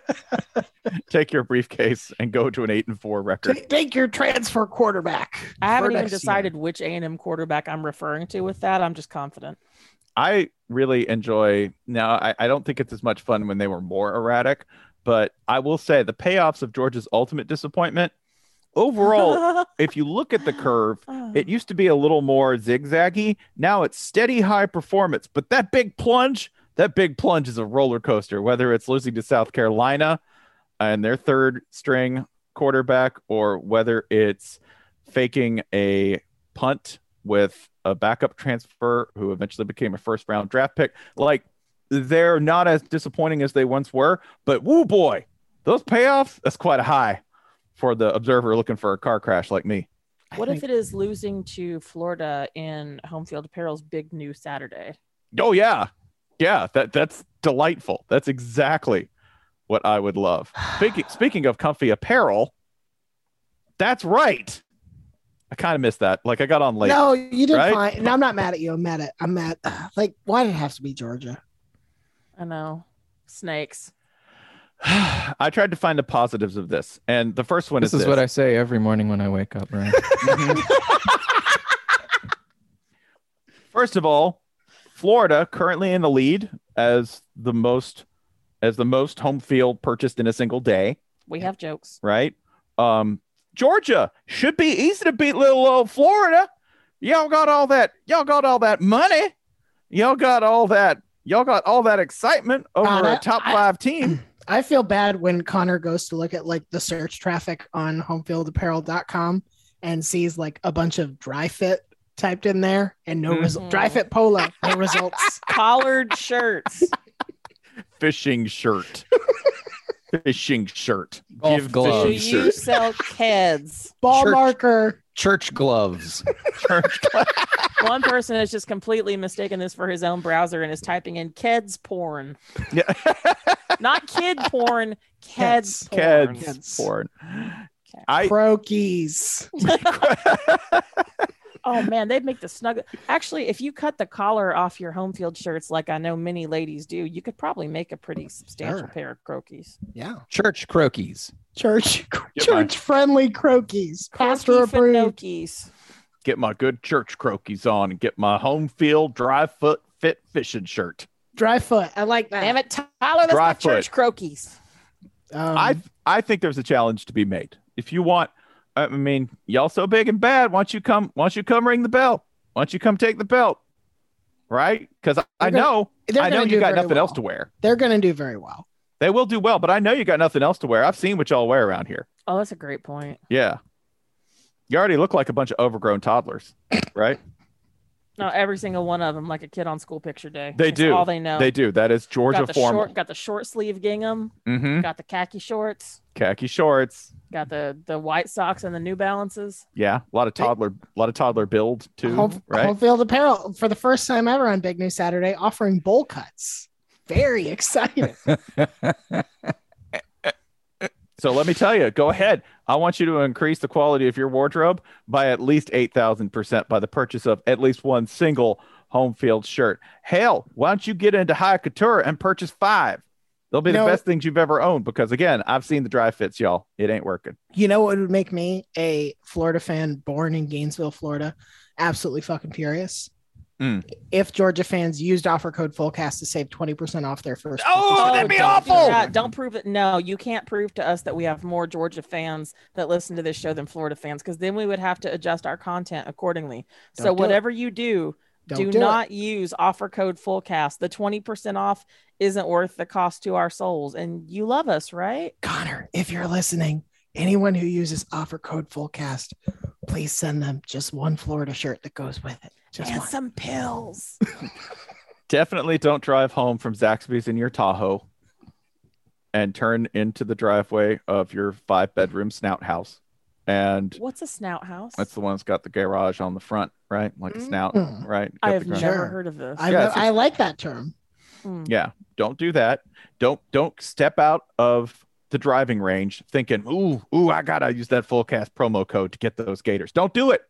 S1: (laughs) Take your briefcase and go to an eight and four record.
S4: Take, take your transfer quarterback.
S3: I haven't
S4: for
S3: even
S4: next year.
S3: decided which A and M quarterback I'm referring to with that. I'm just confident.
S1: I really enjoy now. I, I don't think it's as much fun when they were more erratic, but I will say the payoffs of George's ultimate disappointment
S3: (laughs)
S1: overall, if you look at the curve, it used to be a little more zigzaggy. Now it's steady high performance, but that big plunge, that big plunge is a roller coaster, whether it's losing to South Carolina and their third string quarterback, or whether it's faking a punt with a backup transfer who eventually became a first round draft pick. Like they're not as disappointing as they once were, but woo boy, those payoffs, that's quite a high for the observer looking for a car crash like me.
S3: What if it is losing to Florida in Home Field Apparel's big new Saturday?
S1: Oh yeah. Yeah, that that's delightful. That's exactly what I would love. Speaking speaking of comfy apparel, that's right. I kind of missed that. Like I got on late.
S4: no, you did
S1: right?
S4: fine. And I'm not mad at you. I'm mad at. I'm mad. (sighs) Like, why did it have to be Georgia?
S3: I know. Snakes.
S1: (sighs) I tried to find the positives of this, and the first one
S5: This
S1: is
S5: is what I say every morning when I wake up, right?
S1: (laughs) First of all, Florida currently in the lead as the most as the most home field purchased in a single day,
S3: We have jokes.
S1: right? Um, Georgia should be easy to beat little old Florida. Y'all got all that y'all got all that money. Y'all got all that y'all got all that excitement over
S4: God, I-
S1: a top
S4: I-
S1: 5 team.
S4: I feel bad when Connor goes to look at like the search traffic on homefieldapparel.com and sees like a bunch of dry fit typed in there and no result.
S3: Mhm.
S4: Dry fit polo, no results.
S3: Collared shirts.
S4: (laughs)
S1: Fishing shirt. Fishing shirt.
S5: Golf
S3: Do
S5: gloves.
S1: fishing
S3: you
S1: shirt.
S3: sell kids?
S4: Ball
S5: Church.
S4: marker.
S5: Church gloves.
S3: One person has just completely mistaken this for his own browser and is typing in kids porn.
S1: Yeah. (laughs)
S3: Not kid porn, kids porn.
S1: Kids
S4: Kids.
S1: porn. I
S4: Crokies.
S3: Oh man, they'd make the snug. Actually, if you cut the collar off your home field shirts, like I know many ladies do, you could probably make a pretty substantial
S4: Sure.
S3: pair of croquis.
S4: Yeah.
S5: Church croquis.
S4: Church
S1: Yeah,
S4: church friendly crokies. Pastor
S3: Croquis
S4: approved.
S3: finocchies.
S1: get my good church croquis on and get my home field dry foot fit fishing shirt.
S4: Dry foot. I like that.
S3: Damn it, Tyler, that's
S1: Dry
S3: my church
S1: foot.
S3: croquis.
S4: Um,
S1: I I think there's a challenge to be made. If you want, I mean, y'all so big and bad. Why don't you come? Why don't you come ring the bell? Why don't you come take the belt? Right? Because I
S4: They're gonna-
S1: know
S4: they're
S1: I know
S4: gonna
S1: you
S4: do
S1: got
S4: very
S1: nothing else
S4: well.
S1: to wear.
S4: They're gonna do very well.
S1: They will do well, but I know you got nothing else to wear. I've seen what y'all wear around here.
S3: Oh, that's a great point.
S1: Yeah, you already look like a bunch of overgrown toddlers, right?
S3: No, every single one of them, like a kid on school picture day.
S1: They
S3: It's
S1: do.
S3: All they know.
S1: They do. That is Georgia
S3: got the
S1: formal.
S3: short, got the short sleeve gingham,
S1: Mm-hmm.
S3: got the khaki shorts,
S1: Khaki shorts.
S3: got the the white socks and the New Balances.
S1: Yeah, a lot of toddler, a lot of toddler build too,
S4: Home,
S1: right?
S4: home field apparel for the first time ever on Big New Saturday offering bowl cuts. Very (laughs) excited.
S1: So let me tell you, go ahead. I want you to increase the quality of your wardrobe by at least eight thousand percent by the purchase of at least one single home field shirt. Hell, why don't you get into high couture and purchase five? They'll be
S4: No.
S1: the best things you've ever owned because again, I've seen the dry fits, y'all. It ain't working.
S4: you know what would make me a Florida fan born in Gainesville, Florida, absolutely fucking furious?
S1: Mm.
S4: If Georgia fans used offer code FULLCAST to save 20% off their first.
S1: Oh,
S4: purchase.
S1: that'd be
S3: don't do
S1: awful!
S3: that. Don't prove it. No, you can't prove to us that we have more Georgia fans that listen to this show than Florida fans, because then we would have to adjust our content accordingly. so
S4: Don't do it.
S3: whatever you do,
S4: Don't
S3: do
S4: do it.
S3: not use offer code FULLCAST. The twenty percent off isn't worth the cost to our souls, and you love us, right?
S4: Connor, if you're listening, anyone who uses offer code FULLCAST, please send them just one Florida shirt that goes with it. Just
S3: and
S4: one.
S3: some pills.
S1: Definitely don't drive home from Zaxby's in your Tahoe and turn into the driveway of your five bedroom snout house. And
S3: What's a snout house?
S1: that's the one that's got the garage on the front, right? Like a snout,
S4: Mm.
S1: right?
S3: I
S1: Got
S3: have
S1: the garage.
S3: never
S4: Sure.
S3: heard of this.
S4: I,
S1: Yes,
S4: I like that term.
S3: Mm.
S1: Yeah, don't do that. Don't don't step out of the driving range thinking, "Ooh, ooh, I gotta use that full cast promo code to get those gators." Don't do it.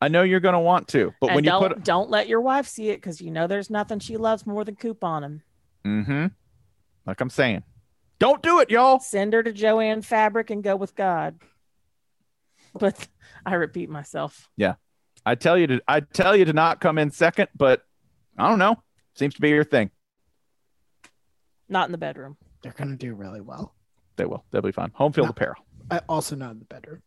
S1: I know you're gonna want to, but
S3: And
S1: when you
S3: don't,
S1: put,
S3: don't let your wife see it because you know there's nothing she loves more than coupon them.
S1: mm-hmm, like I'm saying, don't do it, y'all.
S3: Send her to Joanne Fabric and go with God. But I repeat myself.
S1: I tell you to, I tell you to not come in second, but I don't know. Seems to be your thing.
S3: Not in the bedroom.
S4: They're going to do really well.
S1: They will. They'll be fine. Home field
S4: No.
S1: apparel.
S4: I also not in the bedroom.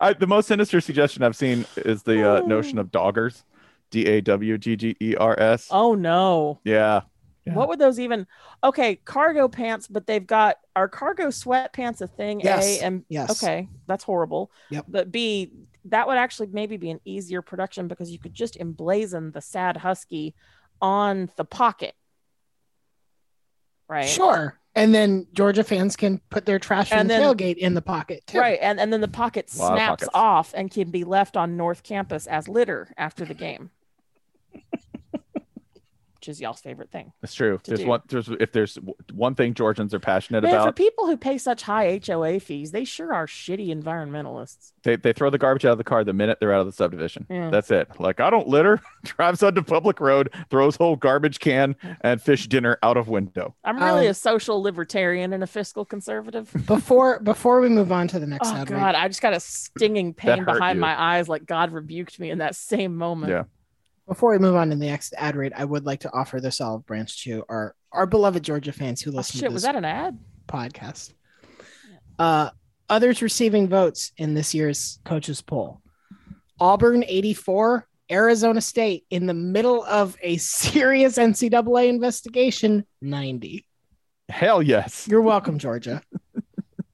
S1: I, the most sinister suggestion I've seen is the uh,
S3: Oh.
S1: notion of doggers, D A W G G E R S.
S3: Oh no.
S1: Yeah, Yeah.
S3: What would those even? Okay, cargo pants, but they've got are cargo sweatpants a thing?
S4: Yes,
S3: A and
S4: yes.
S3: okay, that's horrible.
S4: Yep.
S3: But B, that would actually maybe be an easier production because you could just emblazon the sad husky on the pocket, right?
S4: Sure. And then Georgia fans can put their trash from
S3: And
S4: the
S3: then-
S4: tailgate in the pocket too.
S3: Right, and and then the pocket
S1: Lot of
S3: snaps
S1: pockets.
S3: off and can be left on North Campus as litter after
S1: (laughs)
S3: the game, which is y'all's favorite thing.
S1: it's true.
S3: To
S1: There's
S3: do.
S1: one. There's if there's w- one thing Georgians are passionate
S3: Man, for
S1: about,
S3: people who pay such high HOA fees, they sure are shitty environmentalists.
S1: they, they throw the garbage out of the car the minute they're out of the subdivision.
S3: Yeah.
S1: That's it. Like I don't litter. (laughs) Drives onto public road, throws whole garbage can and fish dinner out of window.
S3: I'm really
S4: Um,
S3: a social libertarian and a
S4: (laughs)
S3: fiscal conservative.
S4: Before before we move on to the next
S3: oh
S4: Saturday.
S3: God, I just got a stinging pain
S1: hurt
S3: behind
S1: you.
S3: my eyes, like God rebuked me in that same moment. Oh,
S1: Yeah.
S4: Before we move on to the next ad read, I would like to offer this olive branch to our our beloved Georgia fans who
S3: Oh,
S4: listen
S3: shit,
S4: to
S3: was
S4: this
S3: that an ad?
S4: podcast. Uh, others receiving votes in this year's coaches poll: Auburn eighty four, Arizona State in the middle of a serious (laughs) NCAA investigation ninety.
S1: Hell yes.
S4: You're welcome, Georgia.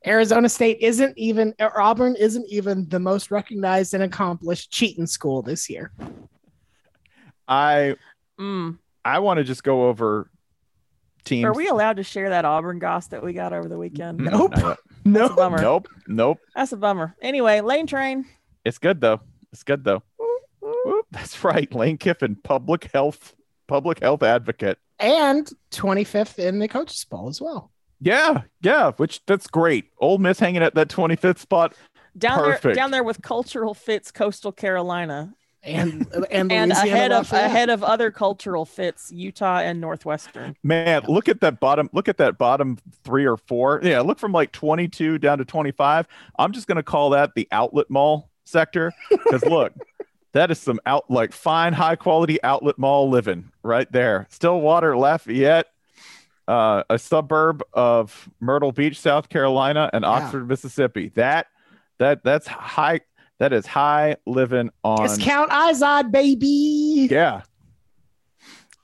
S4: Arizona State isn't even, or Auburn isn't even the most recognized and accomplished cheating school this year.
S1: I
S3: Mm.
S1: I want to just go over teams.
S3: Are we allowed to share that Auburn goss that we got over the weekend?
S1: Mm, not
S4: Nope.
S1: yet.
S3: That's a
S4: No,
S3: bummer.
S1: Nope. Nope.
S3: That's a bummer. Anyway, Lane Train.
S1: It's good though. It's good though. Whoop. That's right. Lane Kiffin, public health, public health advocate.
S4: and 25th in the coaches poll as well.
S1: Yeah, yeah. Which that's great. Ole Miss hanging at that twenty fifth spot.
S3: Down there,
S1: Perfect.
S3: down there with cultural fits, Coastal Carolina, (laughs)
S4: And and,
S3: and
S4: Louisiana
S3: ahead of
S4: Lafayette.
S3: ahead of other cultural fits, Utah and Northwestern.
S1: Man, look at that bottom. Look at that bottom three or four. Yeah, look from like twenty two down to twenty five. I'm just gonna call that the outlet mall sector because look. (laughs) That is some out like fine, high quality outlet mall living right there. Stillwater, Lafayette, uh, a suburb of Myrtle Beach, South Carolina, and
S4: Yeah.
S1: Oxford, Mississippi. That that that's high. That is high living on.
S4: discount Izod, baby.
S1: Yeah.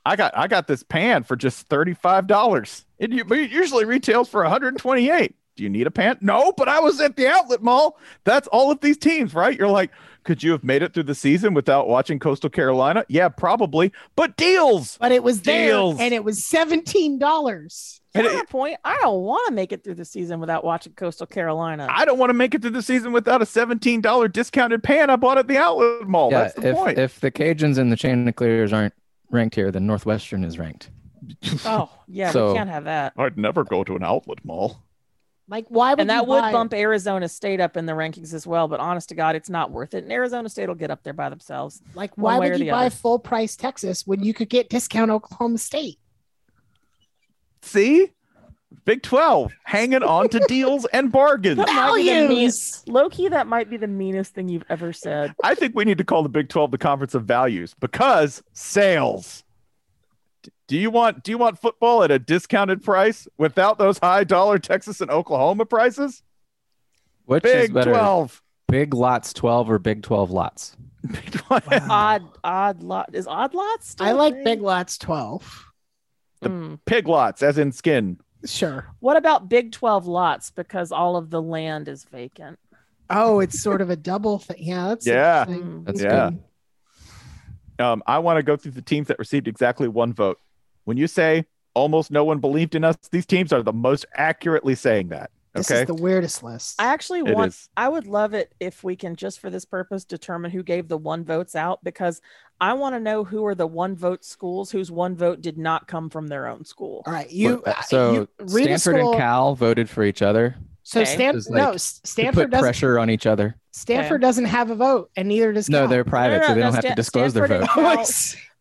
S1: I got I got this pan for just thirty five dollars. It u- it usually retails for one hundred and twenty eight. Do you need a pan? No, but I was at the outlet mall. That's all of these teams, right? You're like, could you have made it through the season without watching Coastal Carolina? Yeah, probably. But deals.
S4: But it was there
S1: Deals.
S4: and it was $17.
S1: And
S3: At
S1: it-
S3: that point, I don't want to make it through the season without watching Coastal Carolina.
S1: I don't want to make it through the season without a seventeen dollar discounted pan I bought at the outlet mall.
S5: yeah,
S1: That's the
S5: if,
S1: point.
S5: if the Cajuns and the Chanticleers aren't ranked here, then Northwestern is ranked.
S3: oh yeah,
S5: So-
S3: we can't have that.
S1: I'd never go to an outlet mall.
S4: Like, why would
S3: And
S4: you
S3: that would
S4: buy-
S3: bump Arizona State up in the rankings as well. But honest to God, it's not worth it. And Arizona State will get up there by themselves.
S4: Like,
S3: one
S4: why
S3: way
S4: would
S3: or
S4: you
S3: the
S4: buy
S3: other.
S4: full price Texas when you could get discount Oklahoma State?
S1: See? Big 12 hanging on to deals and bargains.
S3: might be the
S4: Values.
S3: Loki, that might be the meanest thing you've ever said.
S1: I think we need to call the Big 12 the conference of values because sales. D- Do you want do you want football at a discounted price without those high dollar Texas and Oklahoma prices?
S5: Which is
S1: Big
S5: better,
S1: 12.
S5: Big Lots 12 or Big
S1: (laughs)
S5: 12 Lots?
S1: Big 12.
S3: (sighs) Odd, odd lot is odd lots. Still
S4: I
S3: a
S4: like
S3: thing?
S4: Big Lots 12.
S3: Mm.
S1: (laughs) Pig lots as in skin.
S4: Sure.
S3: What about Big Twelve lots? Because all of the land is vacant.
S4: Oh, it's sort of a double thing. Yeah, that's
S1: Yeah.
S4: interesting.
S3: Mm.
S5: That's
S1: Yeah.
S5: good.
S1: Um, I want to go through the teams that received exactly one vote. When you say almost no one believed in us, these teams are the most accurately saying that.
S4: This
S1: Okay.
S4: is the weirdest list.
S3: I actually
S1: It
S3: want
S1: is.
S3: I would love it if we can just for this purpose determine who gave the one votes out because I want to know who are the one vote schools whose one vote did not come from their own school.
S4: All right, you
S5: But-
S4: uh,
S5: so
S4: you read a
S5: Stanford
S4: school-
S5: and Cal voted for each other.
S4: So
S3: Okay.
S4: Stan-
S5: Just like
S4: no, S-
S5: to
S4: Stanford
S5: put
S4: doesn't.
S5: pressure on each other.
S4: Stanford doesn't have a vote, and neither does
S5: No,
S4: Cal.
S5: they're private,
S3: no,
S5: so they
S3: no,
S5: don't have
S3: Stan-
S5: to disclose
S3: Stanford
S4: (laughs)
S5: (laughs) their
S3: and
S5: vote.
S3: Cal-
S4: Like,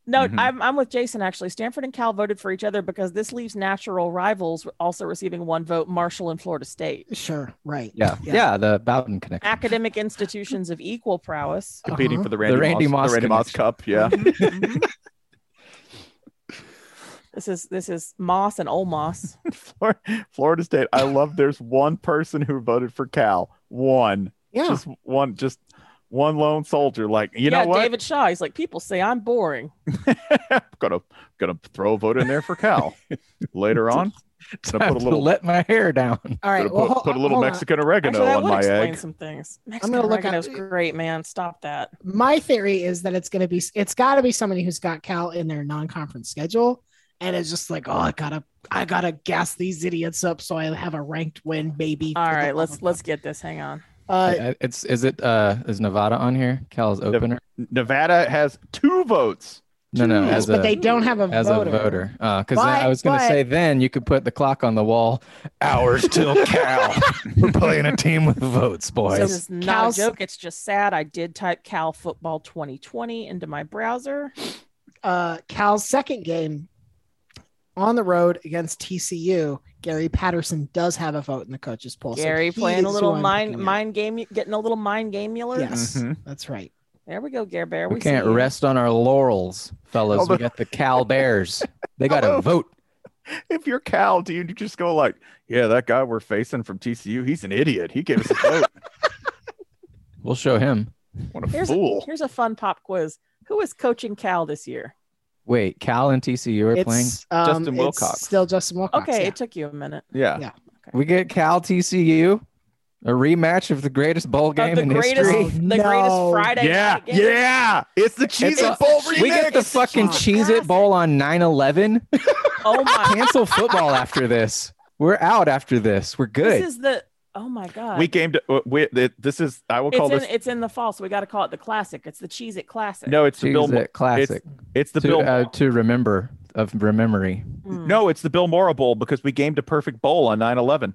S3: No,
S5: Mhm.
S3: I'm, I'm with Jason actually. Stanford and Cal voted for each other because this leaves natural rivals also receiving one vote Marshall and Florida State.
S4: Sure. Right.
S5: Yeah. Yeah. the Bowden connection.
S3: Academic institutions of equal prowess.
S1: competing
S4: Uh-huh.
S1: for the Randy,
S5: The Randy
S1: Moss,
S5: Moss
S1: the Randy Moss
S5: connection.
S1: Cup. Yeah.
S3: This is this is Moss and Ole Moss.
S1: Flor- Florida State. I love there's one person who voted for Cal. One.
S4: Yeah.
S1: Just one just one lone soldier. Like, you
S3: yeah,
S1: know what?
S3: David Shaw. He's like, people say I'm boring.
S1: (laughs) I'm gonna gonna throw a vote in there for Cal later on. Gonna
S5: Time
S1: put a
S5: to
S1: little
S5: (laughs) let my hair down.
S4: All
S1: gonna
S4: right.
S1: put,
S4: Well, ho-
S1: put a little
S4: hold on.
S1: Mexican oregano
S3: Actually, that
S1: on
S3: would
S1: my
S3: explain
S1: egg.
S3: some things. Mexican
S4: gonna look up-
S3: oregano's great, man. Stop
S4: (laughs)
S3: that.
S4: My theory is that it's going to be, it's got to be somebody who's got Cal in their non-conference schedule, and it's just like, oh, I gotta, I gotta gas these idiots up so I have a ranked win, baby.
S3: All right, let's let's get this. Hang on.
S4: Uh,
S5: I- I- it's is it uh is Nevada on here? Cal's opener.
S1: Nevada has two votes.
S5: No, no,
S4: yes,
S5: as
S4: but
S5: a
S4: they don't have a
S5: as
S4: voter.
S5: a voter. Uh, because
S4: But-
S5: I was going
S4: but-
S5: to say then you could put the clock on the wall. Hours (laughs) till Cal. We're playing a team with votes,
S3: This
S5: boys.
S3: is not
S4: Cal's-
S3: a joke. It's just sad. I did type Cal football 2020 into my browser.
S4: Uh, Cal's second game on the road against TCU. Gary Patterson does have a vote in the coaches poll. so
S3: Gary
S4: he
S3: playing a
S4: is
S3: little
S4: who I'm
S3: mind
S4: picking up.
S3: mind game, getting a little mind game alert.
S4: Yes,
S1: Mhm.
S4: that's right.
S3: There we go, Gare Bear.
S5: we
S3: We,
S5: can't
S3: see you.
S5: rest on our laurels, fellas.
S1: Although-
S5: we got the Cal Bears. They got
S1: Although-
S5: to vote.
S1: oh, If you're Cal, do you just go like, yeah, that guy we're facing from TCU, he's an idiot. He gave us a vote.
S5: We'll show him.
S1: what a
S3: Here's a,
S1: fool.
S3: here's a fun pop quiz. Who is coaching Cal this year?
S5: Wait, Cal and TCU are playing.
S4: It's um,
S1: Justin
S4: it's
S1: Wilcox.
S4: still Justin Wilcox.
S3: Okay,
S4: yeah.
S3: it took you a minute.
S1: yeah.
S5: We get Cal TCU, a rematch of the greatest bowl
S3: Uh,
S5: game
S3: the
S5: in
S3: greatest,
S5: history.
S4: (laughs)
S3: the
S4: No.
S3: greatest Friday.
S1: Yeah,
S3: night game.
S1: yeah. It's the Cheez
S5: It's a-
S1: It Bowl
S5: we get the
S1: remix.
S5: fucking Cheez It Bowl on 9 11.
S3: Oh my.
S5: Cancel football after this. We're out after this. We're good.
S3: This is the. Oh my god.
S1: We came to uh, we, th- this is I will
S3: it's
S1: call
S3: in
S1: this
S3: it's in the fall, so we got to call it the classic. It's the Cheez It Classic.
S1: no, it's the
S5: Cheez
S1: Bill Mo-
S5: It classic.
S1: it's the
S5: to,
S1: Bill
S5: uh, to remember of memory.
S3: Mm.
S1: No, it's the Bill Mora Bowl because we gamed a perfect bowl on 9/11.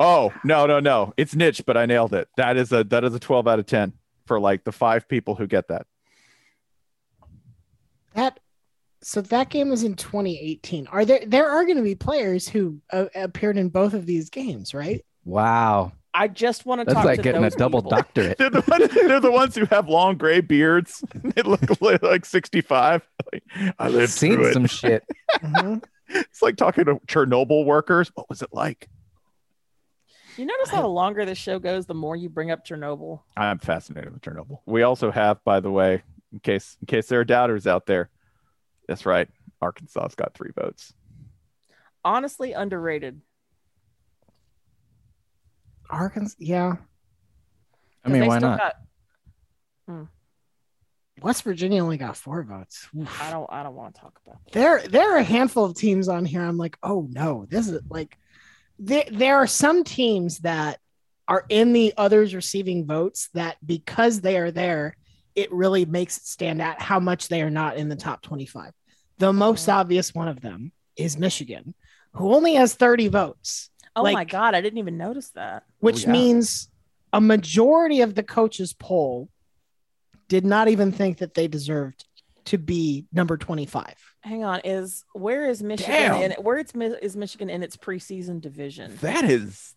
S1: Oh, no, no, no. It's niche, but I nailed it. That is a that is a 12 out of 10 for like the five people who get that.
S4: That so that game was in 2018. Are there there are going to be players who uh, appeared in both of these games, right?
S5: Wow.
S3: I just want to
S5: That's
S3: talk
S5: like
S3: to
S5: getting a
S3: those
S5: double
S3: people.
S1: (laughs)
S5: doctorate.
S1: They're the, ones, they're the ones who have long gray beards. (laughs) they look li- like 65. (laughs) Like, I lived through
S5: Seen
S1: it.
S5: some shit.
S4: Mhm.
S1: It's like talking to Chernobyl workers. What was it like?
S3: You notice how the longer this show goes, the more you bring up Chernobyl.
S1: I'm fascinated with Chernobyl. We also have, by the way, in case in case there are doubters out there, that's right. Arkansas's got three votes.
S3: Honestly, underrated.
S4: Arkansas, yeah.
S5: I
S3: 'Cause
S5: mean,
S3: they
S5: why
S3: still
S5: not?
S3: got-
S4: West Virginia only got four votes. Oof.
S3: I don't. I don't want to talk about. That.
S4: There there are a handful of teams on here. I'm like, oh no, this is like there there are some teams that are in the others receiving votes that because they are there, it really makes it stand out how much they are not in the top 25. The most obvious one of them is Michigan, who only has 30 votes.
S3: Oh my
S4: Like-
S3: god, I didn't even notice that.
S4: which
S5: yeah.
S4: means a majority of the coaches poll did not even think that they deserved to be number 25
S3: Hang on, is where is Michigan?
S1: Damn.
S3: In, where it's Mi- is Michigan in its preseason division?
S1: That is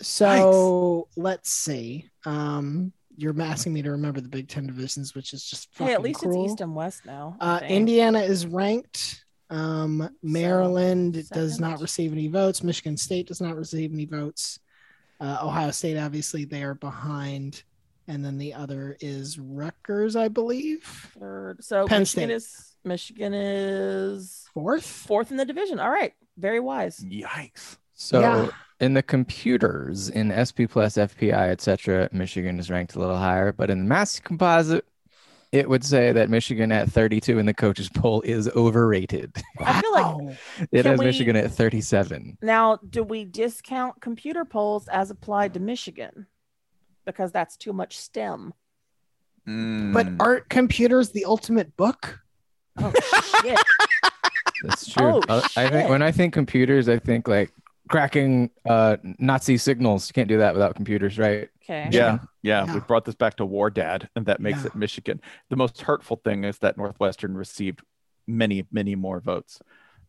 S4: so let's see um you're asking me to remember the big 10 divisions which is just
S3: hey, at
S4: fucking
S3: least
S4: cruel.
S3: it's East and West now. I
S4: uh
S3: think.
S4: indiana is ranked um maryland does
S3: second.
S4: not receive any votes michigan state does not receive any votes uh, ohio state obviously they are behind and then the other is rutgers i believe
S3: Third. So
S4: Penn
S3: Michigan
S4: State.
S3: is Michigan is
S4: fourth
S3: fourth in the division. All right, very wise.
S1: yikes.
S5: So
S4: Yeah.
S5: in the computers, in SP plus FPI, etc., Michigan is ranked a little higher. But in the mass composite, it would say that Michigan at 32 in the coaches poll is overrated.
S3: I feel like
S4: Wow.
S5: It
S3: Can
S5: has
S3: we-
S5: Michigan at 37.
S3: now, do we discount computer polls as applied to Michigan because that's too much STEM?
S1: Mm.
S4: but
S1: Hmm.
S4: aren't computers the ultimate book?
S3: Oh shit!
S5: That's
S1: (laughs)
S5: true.
S3: Oh,
S5: Uh, I think
S3: shit.
S5: when I think computers, I think like cracking uh, Nazi signals. You can't do that without computers, right?
S3: Okay.
S1: Yeah, yeah,
S4: Yeah.
S1: We brought this back to War Dad, and that makes
S4: Yeah.
S1: it Michigan. The most hurtful thing is that Northwestern received many, many more votes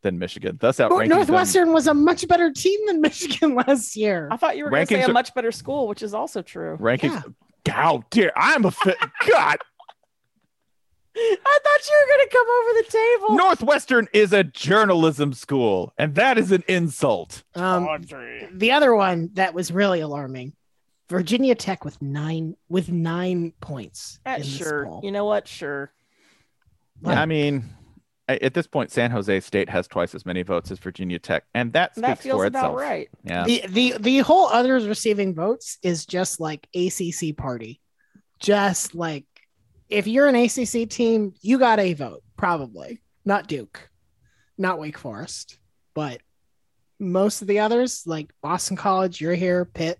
S1: than Michigan, thus
S4: Nor-
S1: outranking them.
S4: Northwestern was a much better team than (laughs) Michigan last year.
S3: I thought you were going to say
S1: Rankings
S3: a
S1: are-
S3: much better school, which is also true.
S1: rankings. How dare I'm a fit. (laughs) God,
S3: I thought you were going to come over the
S4: Oh.
S3: table.
S1: Northwestern is a journalism school, and that is an insult.
S4: Um, the other one that was really alarming, Virginia Tech with nine with nine points.
S3: Eh,
S4: in this
S3: sure.
S4: poll.
S3: You know what? Sure.
S4: Yeah.
S1: I mean, a- at this point, San Jose State has twice as many votes as Virginia Tech, and that speaks
S3: That feels
S1: for
S3: about
S1: itself.
S3: right.
S1: Yeah.
S4: the the the whole others receiving votes is just like ACC party. Just like if you're an ACC team, you got a vote probably. Not Duke, not Wake Forest, but most of the others like Boston College, you're here, Pitt,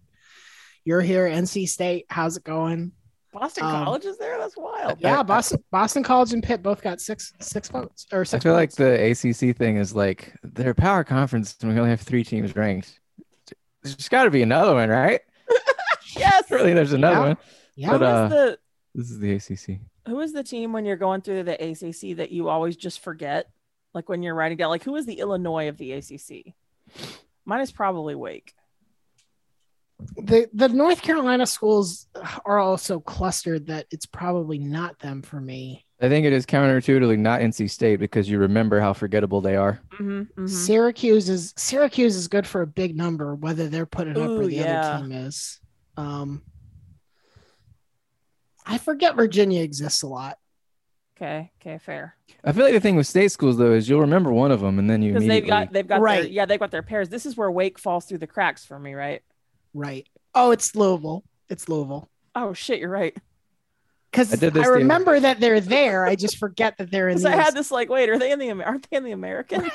S4: you're here, NC State, how's it going?
S3: Boston
S4: Um,
S3: College is there. That's wild.
S4: Yeah, Boston Boston College and Pitt both got six six votes or
S5: I
S4: six.
S5: feel like
S4: votes.
S5: the ACC thing is like their power conference, and we only have three teams ranked. There's got to be another one, right?
S3: Yes.
S5: Surely there's another
S4: Yeah.
S5: one.
S4: yeah.
S5: but,
S3: Who is
S5: uh,
S3: the
S5: This is the ACC.
S3: who is the team when you're going through the ACC that you always just forget? Like when you're writing down, like who is the Illinois of the ACC? Mine is probably Wake.
S4: the the North Carolina schools are also clustered that it's probably not them for me.
S5: I think it is counterintuitively not NC State because you remember how forgettable they are.
S3: Mm-hmm,
S4: Syracuse is Syracuse is good for a big number, whether they're putting up or
S3: Ooh,
S4: the
S3: yeah.
S4: other team is. Um, I forget Virginia exists a lot.
S3: Okay. Okay. Fair.
S5: I feel like the thing with state schools though is you'll remember one of them and then you
S3: Because
S5: immediately
S3: they've got they've got their,
S4: Right.
S3: yeah they've got their pairs. This is where Wake falls through the cracks for me, right?
S4: Right. Oh, it's Louisville. It's Louisville.
S3: Oh shit, you're right.
S4: Because
S5: I
S4: I,
S5: did this the other-
S4: remember that they're there. I just forget that
S3: (laughs)
S4: they're in
S3: Because
S4: the
S3: I had this like, wait, are they in the Am- aren't they in the American?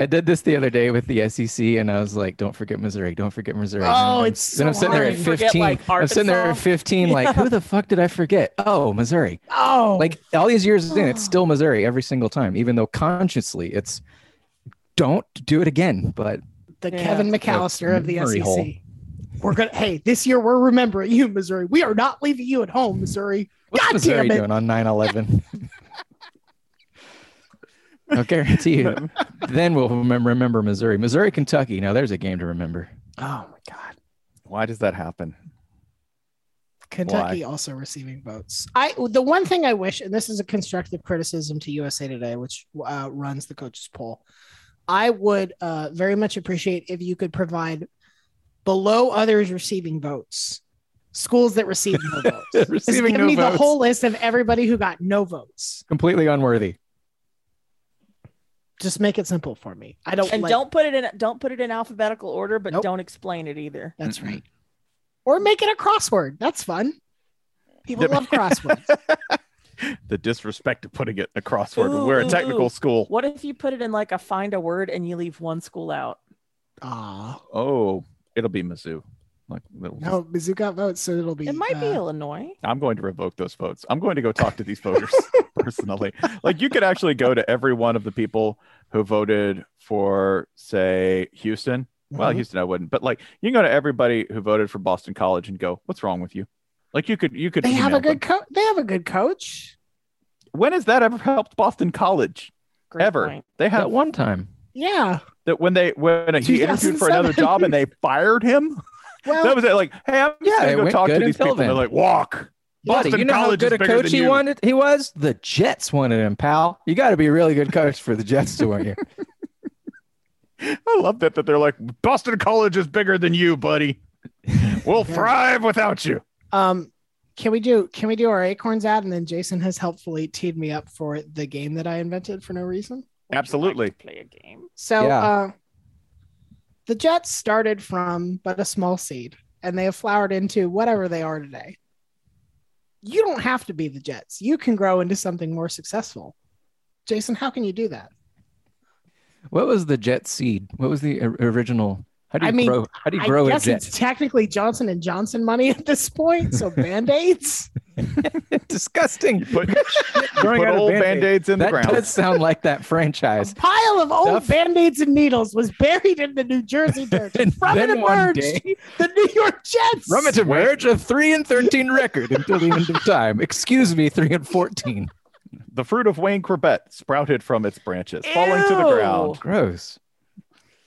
S5: I did this the other day with the SEC, and I was like, "Don't forget Missouri! Don't forget Missouri!"
S4: Oh,
S5: And
S4: it's
S5: then I'm
S4: so
S5: sitting there at
S4: hard.
S3: You forget,
S5: 15.
S3: like,
S5: I'm sitting there at
S3: Arkansas.
S5: 15. Like,
S3: Yeah.
S5: who the fuck did I forget? Oh, Missouri!
S4: oh
S5: Like all these years in, it's still Missouri every single time, even though consciously it's don't do it again. But
S4: the
S3: Yeah.
S4: Kevin McAllister of the
S5: Memory
S4: SEC.
S5: hole.
S4: We're gonna hey, this year we're remembering you, Missouri. We are not leaving you at home, Missouri.
S5: what's
S4: God
S5: Missouri
S4: damn it.
S5: doing on 9/11? I guarantee
S1: (laughs)
S5: you. then we'll remem- remember Missouri, Missouri, Kentucky. Now there's a game to remember.
S4: Oh my god.
S1: Why does that happen?
S4: Kentucky also receiving votes. I the one thing I wish, and this is a constructive criticism to USA Today, which uh, runs the coaches poll. I would uh, very much appreciate if you could provide below others receiving votes, schools that received
S5: (laughs)
S4: no votes. Just
S5: (laughs) Receiving
S4: give
S5: no
S4: me the
S5: votes.
S4: whole list of everybody who got no votes.
S5: Completely unworthy.
S4: Just make it simple for me. I don't
S3: and
S4: like-
S3: don't put it in don't put it in alphabetical order, but
S4: Nope.
S3: don't explain it either.
S4: That's
S1: Mm-mm.
S4: right. Or make it a crossword. That's fun. People
S1: Yeah.
S4: love crosswords.
S1: the disrespect of putting it in a crossword. when
S3: Ooh,
S1: We're
S3: ooh,
S1: a technical
S3: ooh.
S1: school.
S3: What if you put it in like a find a word and you leave one school out?
S4: Ah,
S1: Oh, it'll be Mizzou. Like, it'll just-
S4: no, Mizzou got votes, so it'll be.
S3: It might be
S4: uh,
S3: Illinois.
S1: I'm going to revoke those votes. I'm going to go talk to these voters (laughs) personally. Like, you could actually go to every one of the people who voted for, say, Houston. Well,
S4: Mhm.
S1: Houston, I wouldn't, but like, you can go to everybody who voted for Boston College and go, "What's wrong with you?" Like, you could, you could.
S4: They have
S1: email
S4: a good
S1: them.
S4: coach. They have a good coach.
S1: When has that ever helped Boston College?
S3: Great
S1: ever?
S3: point.
S1: They have
S5: At one time.
S4: Yeah.
S1: that when they when he interviewed for another
S4: 2007.
S1: job
S4: (laughs)
S1: and they fired him.
S4: Well,
S1: that was it. Like, hey, I'm
S5: Yeah,
S1: just
S5: it
S1: gonna go
S5: went
S1: talk to
S5: good
S1: these
S5: until
S1: people. And they're
S5: then.
S1: like, walk.
S5: Buddy,
S1: Boston
S5: you know how
S1: College
S5: good
S1: is
S5: a
S1: bigger
S5: coach
S1: than
S5: he
S1: you.
S5: wanted. He was the Jets wanted him, pal. You got to be a really good coach for the Jets to (laughs) want you.
S1: I love that that they're like, Boston College is bigger than you, buddy.
S5: (laughs)
S1: We'll
S4: Yeah.
S1: thrive without you.
S4: um, can we do can we do our acorns ad and then Jason has helpfully teed me up for the game that I invented for no reason.
S3: Would you like
S1: Absolutely.
S3: to play a game.
S4: So
S5: Yeah.
S4: uh, the Jets started from but a small seed, and they have flowered into whatever they are today. You don't have to be the Jets. You can grow into something more successful. Jason, how can you do that?
S5: What was the Jet seed? What was the or- original How do you
S4: I mean,
S5: grow? How do you
S4: I
S5: grow a
S4: guess
S5: jet?
S4: it's technically Johnson and Johnson money at this point.
S5: (laughs)
S4: So band aids.
S5: Disgusting. (laughs)
S1: Put,
S5: Growing
S1: put
S5: out of
S1: old
S5: Band-Aid.
S1: band aids in the
S5: That
S1: ground.
S5: does sound like that franchise.
S4: A pile of old
S5: Stuff.
S4: band aids and needles was buried in the New Jersey dirt. And
S5: (laughs) And
S4: from it
S5: then one
S4: emerged
S5: day-
S4: the New York Jets.
S5: From its emerge a three and thirteen record until the end of time. Excuse me, three and fourteen.
S1: the fruit of Wayne Corbett sprouted from its branches, falling to the ground.
S5: Gross.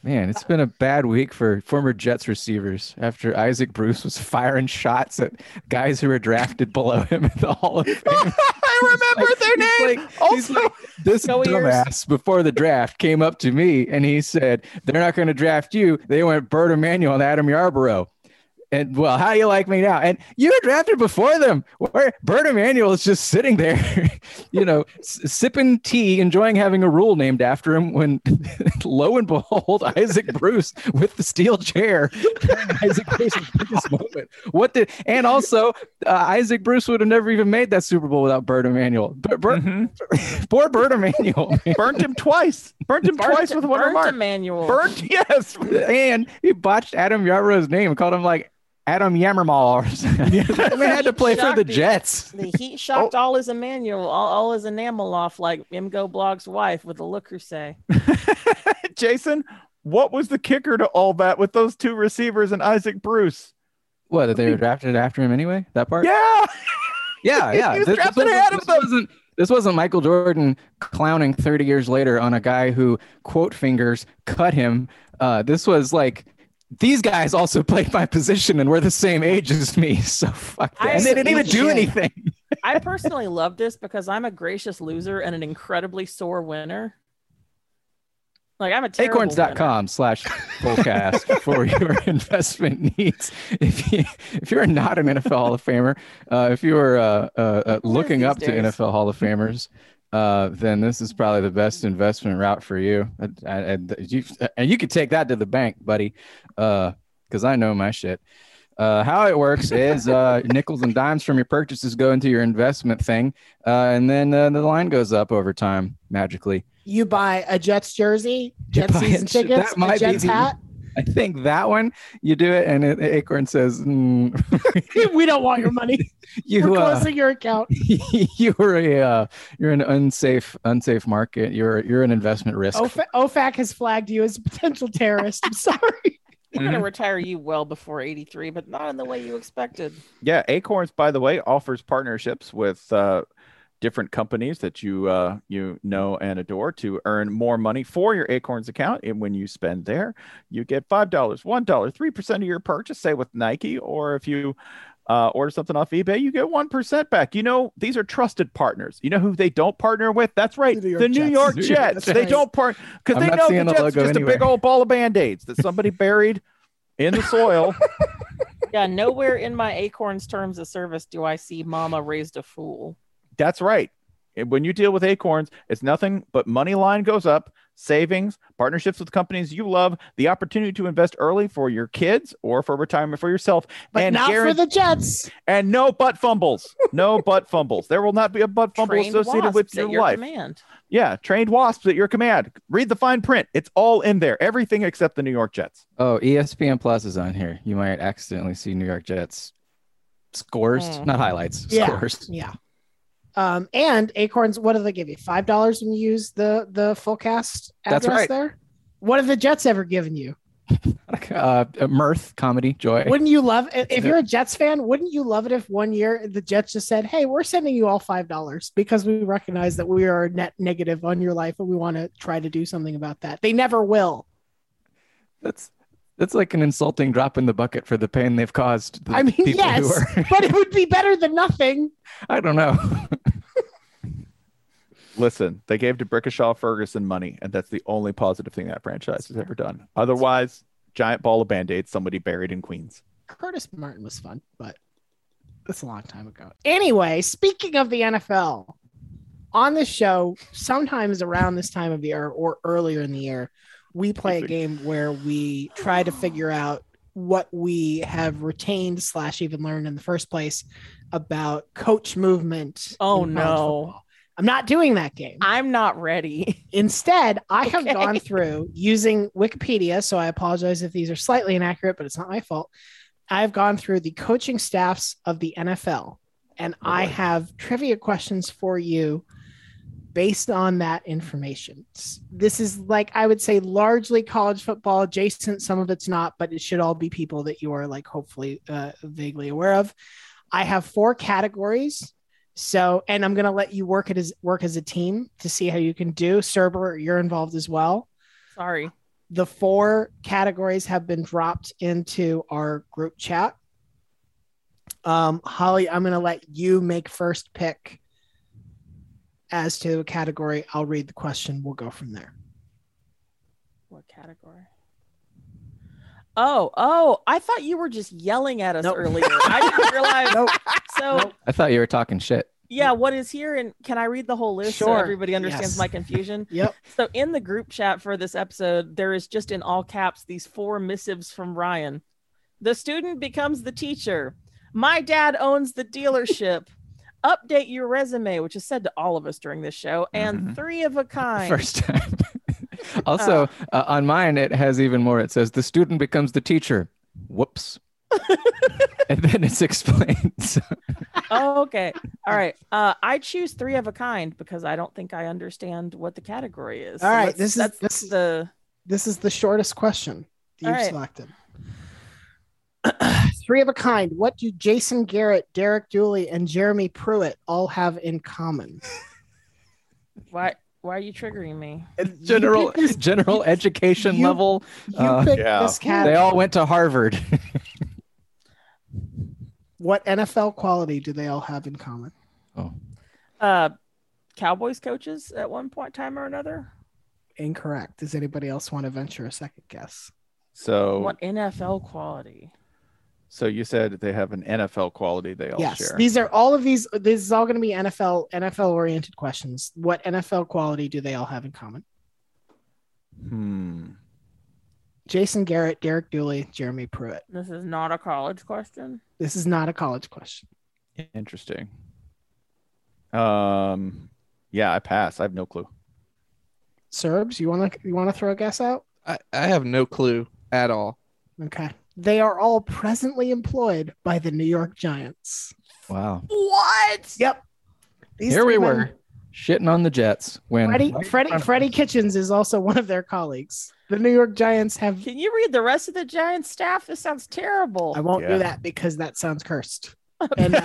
S5: Man, it's been a bad week for former Jets receivers after Isaac Bruce was firing shots at guys who were drafted below him in the (laughs) Hall of Fame. I remember their name. (laughs) this
S3: No ears.
S5: dumbass before the draft came up to me and he said, They're not going to draft you. They went Bert Emanuel and Adam Yarborough. And well, how you like me now? And you were drafted before them. Where Bert Emanuel is just sitting there, (laughs) you know, s- sipping tea, enjoying having a rule named after him. When (laughs) lo and behold, (laughs) Isaac Bruce with the steel chair, (laughs) Isaac Bruce's biggest moment. What did? And also, uh, Isaac Bruce would have never even made that Super Bowl without Bert Emanuel.
S1: (laughs)
S5: Bert, Bert,
S1: Mm-hmm.
S5: Poor Bert Emanuel. man.
S1: Burnt him twice. Burnt him (laughs) twice with one
S3: Burnt
S1: remark.
S3: Emmanuel.
S1: Burnt, yes.
S5: and he botched Adam Yarrow's name and called him like Adam Yammermaw or something. I mean, had to play for the
S3: Shocked.
S5: Jets.
S3: The heat
S1: Oh.
S3: shocked all his Emmanuel, all, all his enamel off, like Imgo Blog's wife with a look her say.
S1: Jason, what was the kicker to all that with those two receivers and Isaac Bruce?
S5: What, that they were drafted after him anyway? That part?
S1: Yeah.
S5: yeah.
S4: (laughs)
S1: He
S5: yeah.
S1: was drafted
S5: wasn't-
S1: ahead of
S5: this wasn't, this wasn't Michael Jordan clowning 30 years later on a guy who, quote fingers, cut him. Uh, this was like, these guys also (laughs) played my position and were the same age as me. (laughs) So fuck
S3: I
S5: that. And they didn't even
S3: absolutely
S5: do
S3: did.
S5: anything.
S1: (laughs)
S3: I personally love this because I'm a gracious loser and an incredibly sore winner. Like I'm a terrible winner.
S5: acorns.com slash
S3: (laughs)
S5: fullcast for your (laughs) investment needs if, you, if you're not an nfl hall of famer uh, if you are uh, uh, uh, looking
S3: these
S5: up to
S3: days?
S5: nfl hall of famers uh, then this is probably the best investment route for you and, and, you, and you could take that to the bank buddy because i know my shit uh, how it works is uh, nickels and dimes from your purchases go into your investment thing, uh, and then uh, the line goes up over time magically.
S4: You buy a Jets jersey,
S5: You
S4: Jets
S5: buy a
S4: season
S5: Jet-
S4: tickets,
S5: that might
S4: a
S5: be
S4: Jets
S5: the- (laughs)
S4: hat. (laughs)
S5: I think that one you do it, and it, Acorn says, mm,
S4: we don't want your money.
S5: (laughs) "You
S4: We're
S5: uh,
S4: closing your account.
S5: you are a uh, you're an unsafe unsafe market. You're you're an investment risk."
S4: Ofa- OFAC has flagged you as a potential terrorist. I'm (laughs) sorry.
S3: They're
S1: Mm-hmm.
S3: gonna retire you well before 83, but not in the way you expected.
S1: Yeah, Acorns, by the way, offers partnerships with uh, different companies that you uh, you know and adore to earn more money for your Acorns account. And when you spend there, you get five dollars, one dollar, three percent of your purchase, say with Nike, or if you uh, order something off eBay, you get one percent back. You know these are trusted partners. You know who they don't partner with? That's right,
S4: The New York
S1: the New
S4: Jets.
S1: York
S5: New
S1: Jets.
S5: York Jets.
S1: They don't partner because
S5: I'm
S1: they
S5: not
S1: know the
S5: seeing the
S1: Jets is
S5: logo
S1: just a big
S5: anywhere.
S1: old ball of band aids that somebody buried in the
S5: (laughs)
S1: soil.
S3: Yeah, nowhere in my Acorns terms of service do I see Mama raised a fool.
S1: That's right. And When you deal with acorns, it's nothing but money line goes up, savings, partnerships with companies you love, the opportunity to invest early for your kids or for retirement for yourself,
S4: But
S1: and
S4: not
S1: guaran-
S4: for the Jets.
S1: and no butt fumbles, no butt fumbles. There will not be a butt fumble
S3: Trained
S1: associated with
S3: wasps
S1: your,
S3: at your
S1: life.
S3: command.
S1: Yeah, trained wasps at your command. Read the fine print. It's all in there. Everything except the New York Jets.
S5: Oh, ESPN Plus is on here. You might accidentally see New York Jets scores,
S3: Mm.
S5: not highlights.
S4: Yeah.
S5: Scores.
S4: Yeah. Um, and Acorns, what do they give you? Five dollars when you use the the full cast address
S5: That's right.
S4: there? What have the Jets ever given you?
S5: (laughs) Uh, mirth, comedy, joy.
S4: Wouldn't you love if you're a Jets fan? Wouldn't you love it if one year the Jets just said, "Hey, we're sending you all five dollars because we recognize that we are net negative on your life, and we want to try to do something about that." They never will.
S5: That's that's like an insulting drop in the bucket for the pain they've caused. The
S4: I mean,
S5: people
S4: yes,
S5: who are,
S4: but it would be better than nothing.
S5: I don't know.
S1: Listen, they gave DeBrickashaw Ferguson money, and that's the only positive thing that franchise has ever done. Otherwise, giant ball of band-aids somebody buried in Queens.
S4: Curtis Martin was fun, but that's a long time ago. Anyway, speaking of the NFL, on this show, sometimes around this time of year or earlier in the year, we play a game where we try to figure out what we have retained slash even learned in the first place about coach movement.
S3: Oh,
S4: in college
S3: no.
S4: football. I'm not doing that game.
S3: I'm not ready. (laughs)
S4: Instead, I have
S3: Okay.
S4: gone through using Wikipedia. So I apologize if these are slightly inaccurate, but it's not my fault. I've gone through the coaching staffs of the NFL and I have trivia questions for you based on that information. S- This is like, I would say, largely college football adjacent. Some of it's not, but it should all be people that you are like hopefully uh, vaguely aware of. I have four categories. So, and I'm going to let you work it as work as a team to see how you can do. Cerber, you're involved as well.
S3: Sorry.
S4: The four categories have been dropped into our group chat. Um, Holly, I'm going to let you make first pick as to a category. I'll read the question. We'll go from there.
S3: What category? Oh, oh, I thought you were just yelling at us
S4: Nope.
S3: earlier. I
S1: (laughs)
S3: didn't realize.
S4: Nope.
S3: So,
S5: I thought you were talking shit.
S3: yeah, what is here? And can I read the whole list so
S4: Sure.
S3: everybody understands
S4: Yes. (laughs)
S3: my confusion?
S4: Yep.
S3: So, in the group chat for this episode, there is just in all caps these four missives from Ryan. The student becomes the teacher. My dad owns the
S4: (laughs)
S3: dealership. Update your resume, which is said to all of us during this show, and
S4: Mm-hmm.
S5: Mhm.
S3: three
S4: (laughs)
S3: of a kind.
S5: First time. (laughs) also, uh, on mine, it has even more. It says the student becomes the teacher.
S4: (laughs)
S5: Whoops. and then it's explained. (laughs) So,
S3: oh, okay. All right. Uh, I choose three of a kind because I don't think I understand what the category is.
S4: All right,
S3: let's-
S4: this is-
S3: that's
S4: this is-
S3: the
S4: (laughs) This is the shortest question that
S3: All
S4: you've
S3: right.
S4: selected. (clears throat) Three of a kind. What do Jason Garrett, Derek Dooley, and Jeremy Pruitt all have in common?
S3: why. Why are you triggering me?
S5: general
S4: this-
S5: general education
S4: you-
S5: level.
S4: You
S5: Uh,
S4: pick
S1: Yeah.
S4: this
S5: They
S4: category.
S5: all went to Harvard. (laughs)
S4: what NFL quality do they all have in common?
S5: oh,
S3: Uh, Cowboys coaches at one point in time or another.
S4: Incorrect. Does anybody else want to venture a second guess? Oh.
S1: So,
S3: What NFL quality?
S1: so you said they have an NFL quality they all
S4: yes.
S1: share.
S4: These are all of these. This is all going to be NFL NFL oriented questions. What NFL quality do they all have in common?
S1: hmm.
S4: Jason Garrett, Derek Dooley, Jeremy Pruitt.
S3: This is not a college question.
S4: This is not a college question.
S1: Interesting. Um, yeah, I pass. I have no clue.
S4: Serbs, you want to you want to throw a guess out?
S6: I, I have no clue at all.
S4: Okay. They are all presently employed by the New York Giants.
S5: wow.
S3: What?
S4: Yep. These
S6: Here we
S4: three men-
S6: were.
S5: Shitting on the Jets when
S4: Freddie, Freddie, Freddie Kitchens is also one of their colleagues. The New York Giants have
S3: Can you read the rest of the Giants staff? This sounds terrible.
S4: I won't
S1: Yeah.
S4: do that because that sounds cursed. And
S3: (laughs)
S4: uh,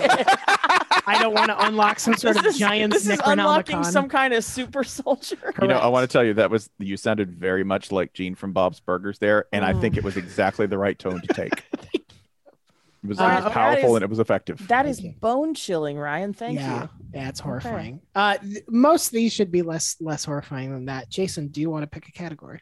S4: I don't want to unlock some sort
S3: This
S4: of
S3: is-
S4: Giants
S3: This is unlocking
S4: Necronomicon.
S3: some kind of super soldier.
S1: You know, I
S4: (laughs) Correct.
S1: want to tell you that was you sounded very much like Gene from Bob's Burgers there, and I
S3: Mm.
S1: think it was exactly the right tone to take. It was, it
S4: Uh,
S1: was
S4: that
S1: powerful
S3: is-
S1: and it was effective.
S3: That is
S4: Thank you.
S3: bone chilling, Ryan. Thank
S4: yeah,
S3: you.
S4: yeah, it's horrifying. Uh, th- most of these should be less less horrifying than that. Jason, do you want to pick a category?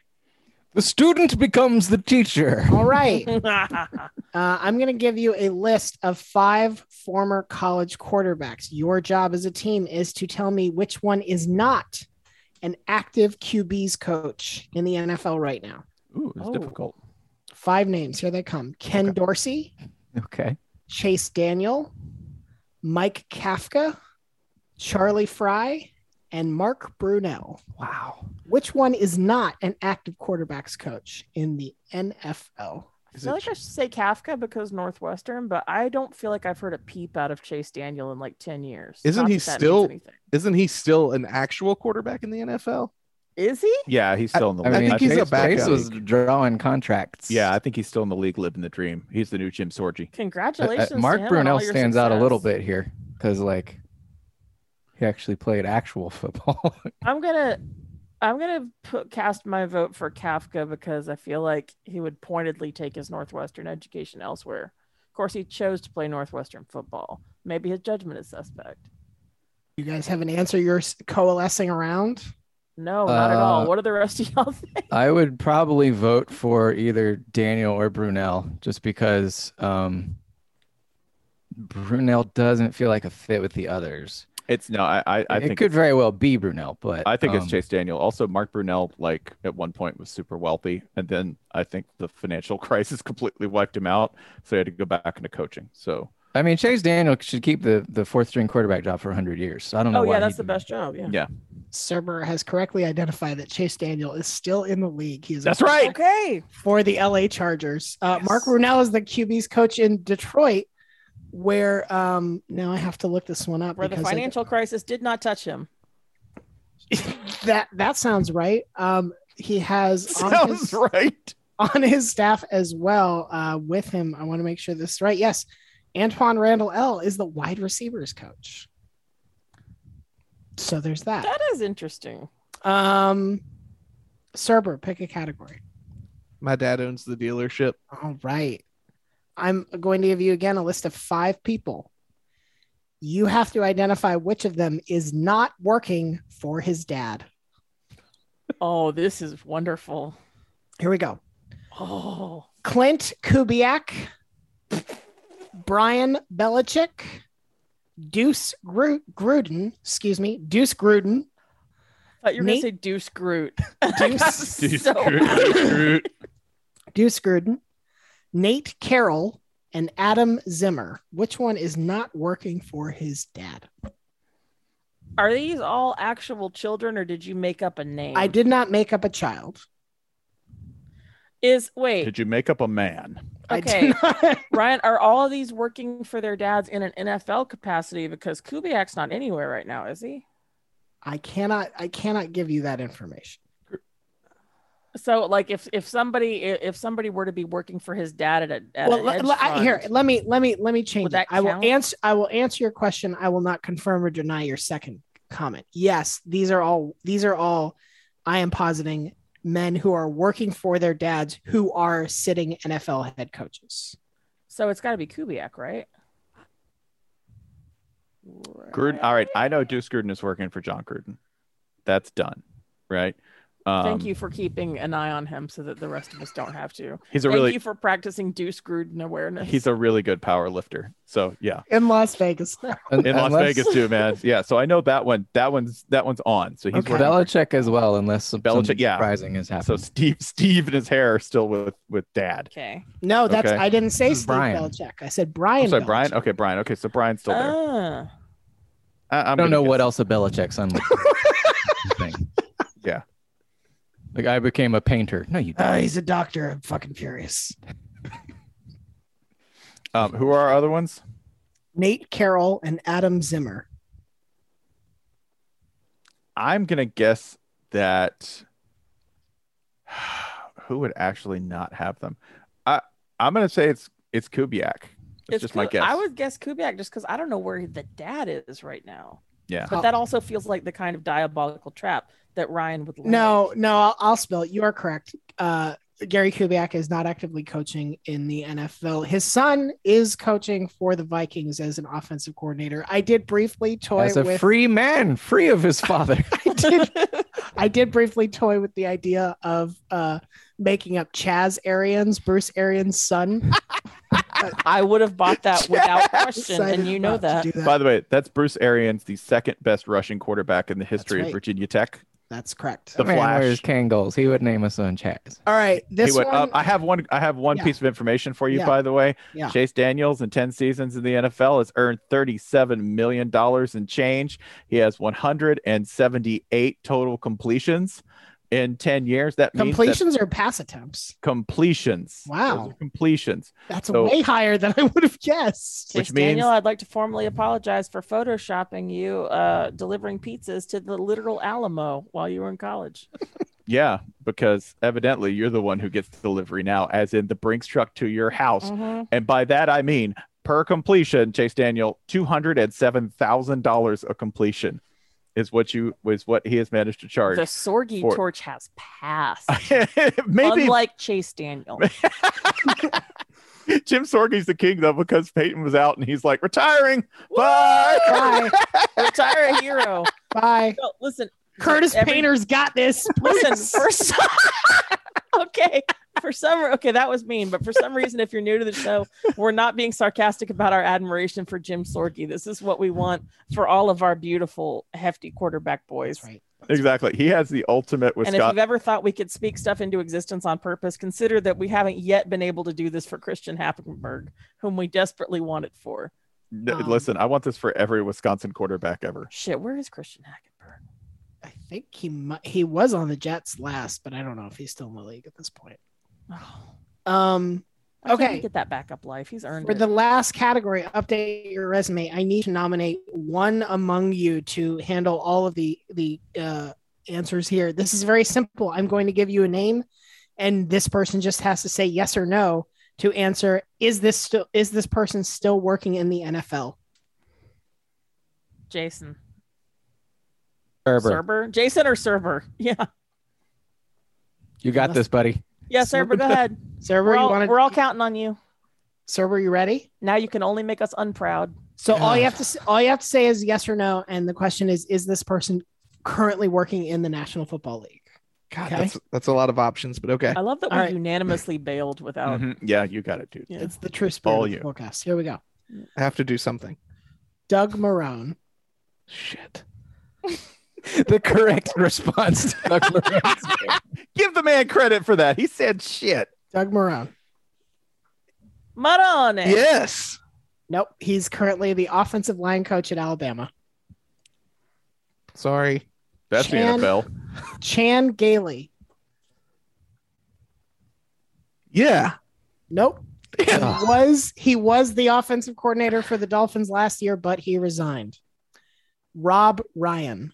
S5: the student becomes the teacher.
S4: All
S3: (laughs)
S5: (laughs)
S4: right, uh,
S3: okay.
S4: I'm going to give you a list of five former college quarterbacks. Your job as a team is to tell me which one is not an active QB's coach in the NFL right now.
S1: Ooh, it was
S3: Oh.
S1: difficult.
S4: Five names. Here they come: Ken Dorsey,
S5: Okay.
S4: Chase Daniel, Mike Kafka, Charlie Fry, and Mark Brunell.
S5: Wow.
S4: Which one is not an active quarterbacks coach in the NFL?
S3: I feel like I should say Kafka because Northwestern, but I don't feel like I've heard a peep out of Chase Daniel in like 10 years.
S6: Isn't
S3: Not
S6: he
S3: that that means
S6: still-
S3: anything.
S6: Isn't he still an actual quarterback in the NFL?
S3: Is he?
S1: Yeah, he's still in the
S5: I mean,
S1: league.
S6: think he's a
S5: Chase-
S6: backup.
S5: Chase was drawing contracts.
S1: yeah, I think he's still in the league living the dream. He's the new Jim Sorgi.
S5: Uh, uh,
S3: Congratulations. to
S5: Mark
S3: him on all
S5: Brunell
S3: your
S5: stands out a little
S3: success.
S5: bit here because, like, he actually played actual football.
S3: I'm gonna I'm gonna put cast my vote for Kafka because I feel like he would pointedly take his Northwestern education elsewhere. Of course, he chose to play Northwestern football. Maybe his judgment is suspect.
S4: You guys have an answer you're s- coalescing around?
S3: No, not at all.
S5: Uh,
S3: What do the rest of y'all think?
S5: I would probably vote for either Daniel or Brunell just because um, Brunell doesn't feel like a fit with the others.
S1: It's no, I I, I
S5: it
S1: think
S5: could very well be Brunell, but (laughs)
S1: I think it's
S5: um,
S1: Chase Daniel. Also, Mark Brunell, like at one point, was super wealthy, and (laughs) then I think the financial crisis completely wiped him out, so he had to go back into coaching. So
S5: I mean, Chase Daniel should keep the, the fourth string quarterback job for 100 years. So I don't know.
S3: (laughs) Oh
S5: why
S3: yeah,
S5: he
S3: that's the
S5: didn't.
S3: best job. Yeah.
S1: Yeah.
S4: Cerber has correctly identified that Chase Daniel is still in the league. He is a
S1: That's right.
S3: Okay.
S4: for the LA Chargers. Uh, Mark Brunell is the QB's coach in Detroit, where um, now I have to look this one up
S3: Where the
S4: because I-
S3: financial crisis did not touch him.
S4: (laughs) that that sounds right. Um,
S1: (laughs)
S4: he has on
S1: Sounds
S4: his,
S1: right.
S4: on his staff as well uh, with him. I want to make sure this is right. Yes, Antoine Randall L is the wide receivers coach. So there's that.
S3: That is interesting.
S4: Um, Cerber, pick a category.
S6: My dad owns the dealership.
S4: All right. I'm going to give you again a list of five people. You have to identify which of them is not working for his dad.
S3: Oh, this is wonderful.
S4: Here we go
S3: Oh,
S4: Clint Kubiak, Brian Belichick, Deuce Gru- Gruden, excuse me, Deuce Gruden,
S3: thought you were gonna
S4: Nate?
S3: say Deuce Groot.
S5: (laughs)
S4: Deuce,
S3: Deuce (laughs) so,
S4: Deuce Gruden, Nate Carroll, and Adam Zimmer. Which one is not working for his dad?
S3: Are these all actual children, or did you make up a name?
S4: I did not make up a child.
S3: Is wait,
S1: Did you make up a man?
S3: Okay.
S4: I did not. (laughs)
S3: Ryan, are all of these working for their dads in an NFL capacity? Because Kubiak's not anywhere right now, is he?
S4: I cannot I cannot give you that information.
S3: So, like, if if somebody i- if somebody were to be working for his dad at a at
S4: well,
S3: a
S4: let,
S3: hedge
S4: let- I- here,
S3: fund-
S4: let me let me let me change
S3: Would
S4: that.
S3: that
S4: I will
S3: count?
S4: answer I will answer your question. I will not confirm or deny your second comment. Yes, these are all these are all I am positing men who are working for their dads who are sitting NFL head coaches.
S3: so it's got to be Kubiak, right?
S1: Gruden. All right. I know Deuce Gruden is working for John Gruden. That's done. Right. Um,
S3: Thank you for keeping an eye on him so that the rest of us don't have to.
S1: He's a
S3: Thank
S1: really
S3: you for practicing Deuce Gruden awareness.
S1: he's a really good power lifter. So yeah.
S4: In Las Vegas.
S5: Un-
S1: In Las
S5: unless-
S1: Vegas too, man. Yeah. So I know that one. That one's that one's on. So he's
S4: Okay.
S1: working.
S5: Belichick as well, unless some,
S1: Belichick,
S5: something
S1: yeah.
S5: surprising has happened.
S1: So Steve (laughs) Steve and his hair are still with with dad.
S3: okay.
S4: (laughs) No, that's
S1: Okay.
S4: I didn't say
S5: This is
S4: Steve
S5: Brian.
S4: Belichick. I said
S1: I'm
S4: Brian.
S1: sorry, Brian.
S4: Belichick.
S1: Okay, Brian. Okay, so Brian's still there.
S3: Ah,
S1: I,
S5: I
S1: I'm
S5: don't
S1: gonna
S5: know what
S1: guess.
S5: else a Belichick son would thing.
S1: Yeah.
S5: Like I became a painter. No, you didn't.
S4: Uh, he's a doctor. I'm fucking furious.
S1: Um, who are our other ones?
S4: Nate Carroll and Adam Zimmer.
S1: I'm gonna guess that (sighs) who would actually not have them? I I'm gonna say it's it's Kubiak. That's just my
S3: Ku-
S1: guess.
S3: I would guess Kubiak just because I don't know where the dad is right now.
S1: Yeah.
S3: But that also feels like the kind of diabolical trap that Ryan would. land
S4: No, no, I'll, I'll spell it. You are correct. Uh, Gary Kubiak is not actively coaching in the NFL. His son is coaching for the Vikings as an offensive coordinator. I did briefly toy
S5: As a
S4: with.
S5: free man, free of his father.
S4: (laughs) I did, I did briefly toy with the idea of uh, making up Chaz Arians, Bruce Arians' son.
S3: I would have
S4: (laughs)
S3: bought that without question,
S4: Decided
S3: and you know
S4: not to
S3: that.
S4: do
S1: By the way, that's Bruce Arians, the second best rushing quarterback in the history
S4: right.
S1: of Virginia Tech.
S4: That's correct.
S1: The
S5: man
S1: Flash.
S5: wears Kangles. He would name us on Chaz.
S4: All right. This
S1: Anyway, uh,
S4: one.
S1: I have one. I have one
S4: Yeah.
S1: piece of information for you,
S4: Yeah.
S1: by the way.
S4: Yeah.
S1: Chase Daniels, in ten seasons in the NFL, has earned thirty-seven million dollars in change. He has one hundred and seventy-eight total completions in ten years. That means that
S4: completions or pass attempts?
S1: completions.
S4: Wow.
S1: Those are completions.
S4: That's
S1: So-
S4: way higher than I would have guessed.
S1: Which
S3: Chase Daniel,
S1: means-
S3: I'd like to formally apologize for photoshopping you uh, delivering pizzas to the literal Alamo while you were in college.
S1: Yeah, because evidently you're the one who gets the delivery now, as in the Brinks truck to your house.
S4: Mm-hmm.
S3: Mhm.
S1: And by that, I mean per completion, Chase Daniel, two hundred and seven thousand dollars a completion is what you is what he has managed to charge.
S3: The Sorgi
S1: For-
S3: torch has passed.
S1: (laughs) Maybe
S3: Unlike Chase
S1: (laughs)
S3: Daniel.
S1: Jim Sorge's the king though, because Peyton was out and he's like retiring.
S3: (laughs)
S1: Bye.
S4: Bye.
S3: Retire a hero.
S4: Bye.
S3: No, listen,
S4: Curtis
S3: Every-
S4: Painter's got this.
S3: (laughs) listen,
S4: Please. (laughs)
S3: for some Okay. For some okay, that was mean, but for some reason, if you're new to the show, we're not being sarcastic about our admiration for Jim Sorgi. This is what we want for all of our beautiful, hefty quarterback boys.
S4: That's right.
S1: exactly. He has the ultimate
S3: And if
S1: Wisconsin.
S3: you've ever thought we could speak stuff into existence on purpose, consider that we haven't yet been able to do this for Christian Happenberg, whom we desperately want it for.
S1: N-
S3: Um,
S1: listen, I want this for every Wisconsin quarterback ever.
S3: Shit, where is Christian Hackenberg?
S4: I think he mu- he was on the Jets last, but I don't know if he's still in the league at this point. Um,
S3: Why Oh, can't he
S4: okay.
S3: get that backup life. He's earned
S4: For
S3: it.
S4: the last category, update your resume. I need to nominate one among you to handle all of the the uh, answers here. This is very simple. I'm going to give you a name, and this person just has to say yes or no to answer. Is this still is this person still working in the NFL?
S3: Jason
S5: Serber,
S3: Serber, Jason or Serber? (laughs) Yeah,
S5: you got this, buddy.
S3: yeah, Serber. Go ahead.
S4: Server,
S3: We're
S4: you
S3: all,
S4: want
S3: we're
S4: to?
S3: all counting on you.
S4: Server, you ready?
S3: Now you can only make us unproud.
S4: So all you have to s- all you have to say is yes or no, and the question is: Is this person currently working in the National Football League?
S6: God, that's that's a lot of options, but okay.
S3: I love that we
S4: All right.
S3: unanimously bailed without.
S1: Mhm. Yeah, you got it, dude.
S3: Oh. Yeah.
S4: It's the true spirit
S1: All
S4: of the
S1: you.
S4: podcast. Here we go.
S6: I have to do something.
S4: Doug Marone.
S6: Shit.
S5: (laughs) the correct response.
S1: (laughs)
S5: To Doug Lorenz.
S1: Give the man credit for that. He said shit.
S4: Doug Marone.
S5: Mm-hmm.
S3: Marone.
S6: Yes.
S4: Nope. He's currently the offensive line coach at Alabama.
S6: Sorry.
S1: That's
S4: Chan.
S1: the NFL.
S4: Chan Gailey.
S6: Yeah.
S4: Nope. He
S6: Yeah.
S4: was he was the offensive coordinator for the Dolphins last year, but he resigned. Rob Ryan.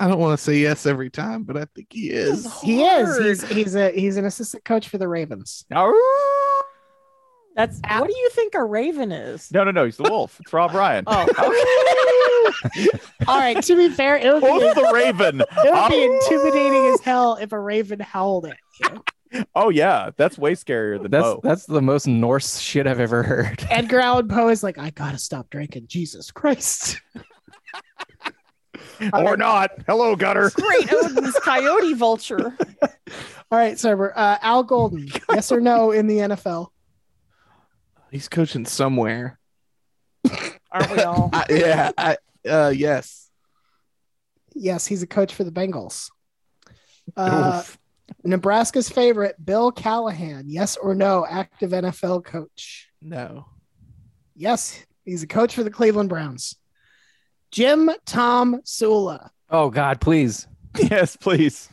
S6: I don't want to say yes every time, but I think he is.
S4: He is. He's he's a he's an assistant coach for the Ravens.
S1: No,
S3: That's what do you think a raven is?
S1: no, no. He's the wolf. It's Rob Ryan. (laughs)
S3: Oh,
S5: (laughs)
S4: All right. To be fair, it would
S1: Wolf
S4: be,
S1: Oh, the
S6: (laughs)
S1: Raven. Ah.
S4: it would
S6: Oh.
S4: be intimidating as hell if a Raven howled at you.
S1: Oh yeah, that's way scarier than
S5: That's
S1: Bo.
S5: that's the most Norse shit I've ever heard. (laughs)
S4: Edgar Allan Poe is like, I gotta stop drinking. Jesus Christ.
S1: or not. Hello, Gutter.
S5: (laughs)
S3: great Odin's coyote vulture.
S4: All right, Serber. Uh, Al Golden, yes or no in the NFL?
S6: He's coaching somewhere.
S3: Aren't we all?
S6: I, yeah. I, uh, yes.
S4: Yes, he's a coach for the Bengals. Uh, Nebraska's favorite, Bill Callahan, yes or no, active NFL coach?
S6: No.
S4: Yes, he's a coach for the Cleveland Browns. Jim Tom Sula.
S5: Oh God, please.
S1: yes, please.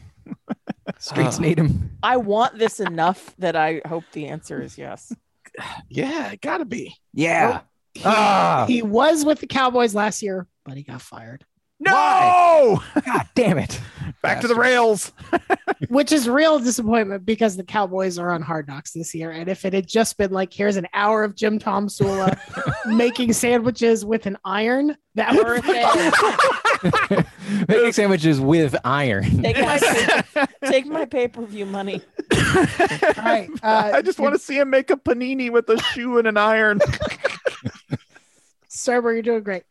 S5: Streets
S6: Oh.
S5: need him.
S3: I want this enough that I hope the answer is yes.
S6: Yeah. It gotta be.
S5: Yeah.
S4: He,
S5: Ah.
S4: he was with the Cowboys last year, but he got fired,
S1: No.
S5: God damn it.
S1: Back to the rails.
S4: which is real disappointment because the Cowboys are on hard knocks this year. And if it had just been like, here's an hour of Jim Tom
S3: (laughs)
S4: Sula making sandwiches with an iron, that would
S3: Worth it.
S5: Making sandwiches with iron.
S3: Take my,
S5: (laughs)
S3: take my pay per view money.
S4: (laughs) All right. Uh,
S1: I just want to see him make a panini with a shoe and an iron.
S4: Serber, you're doing great.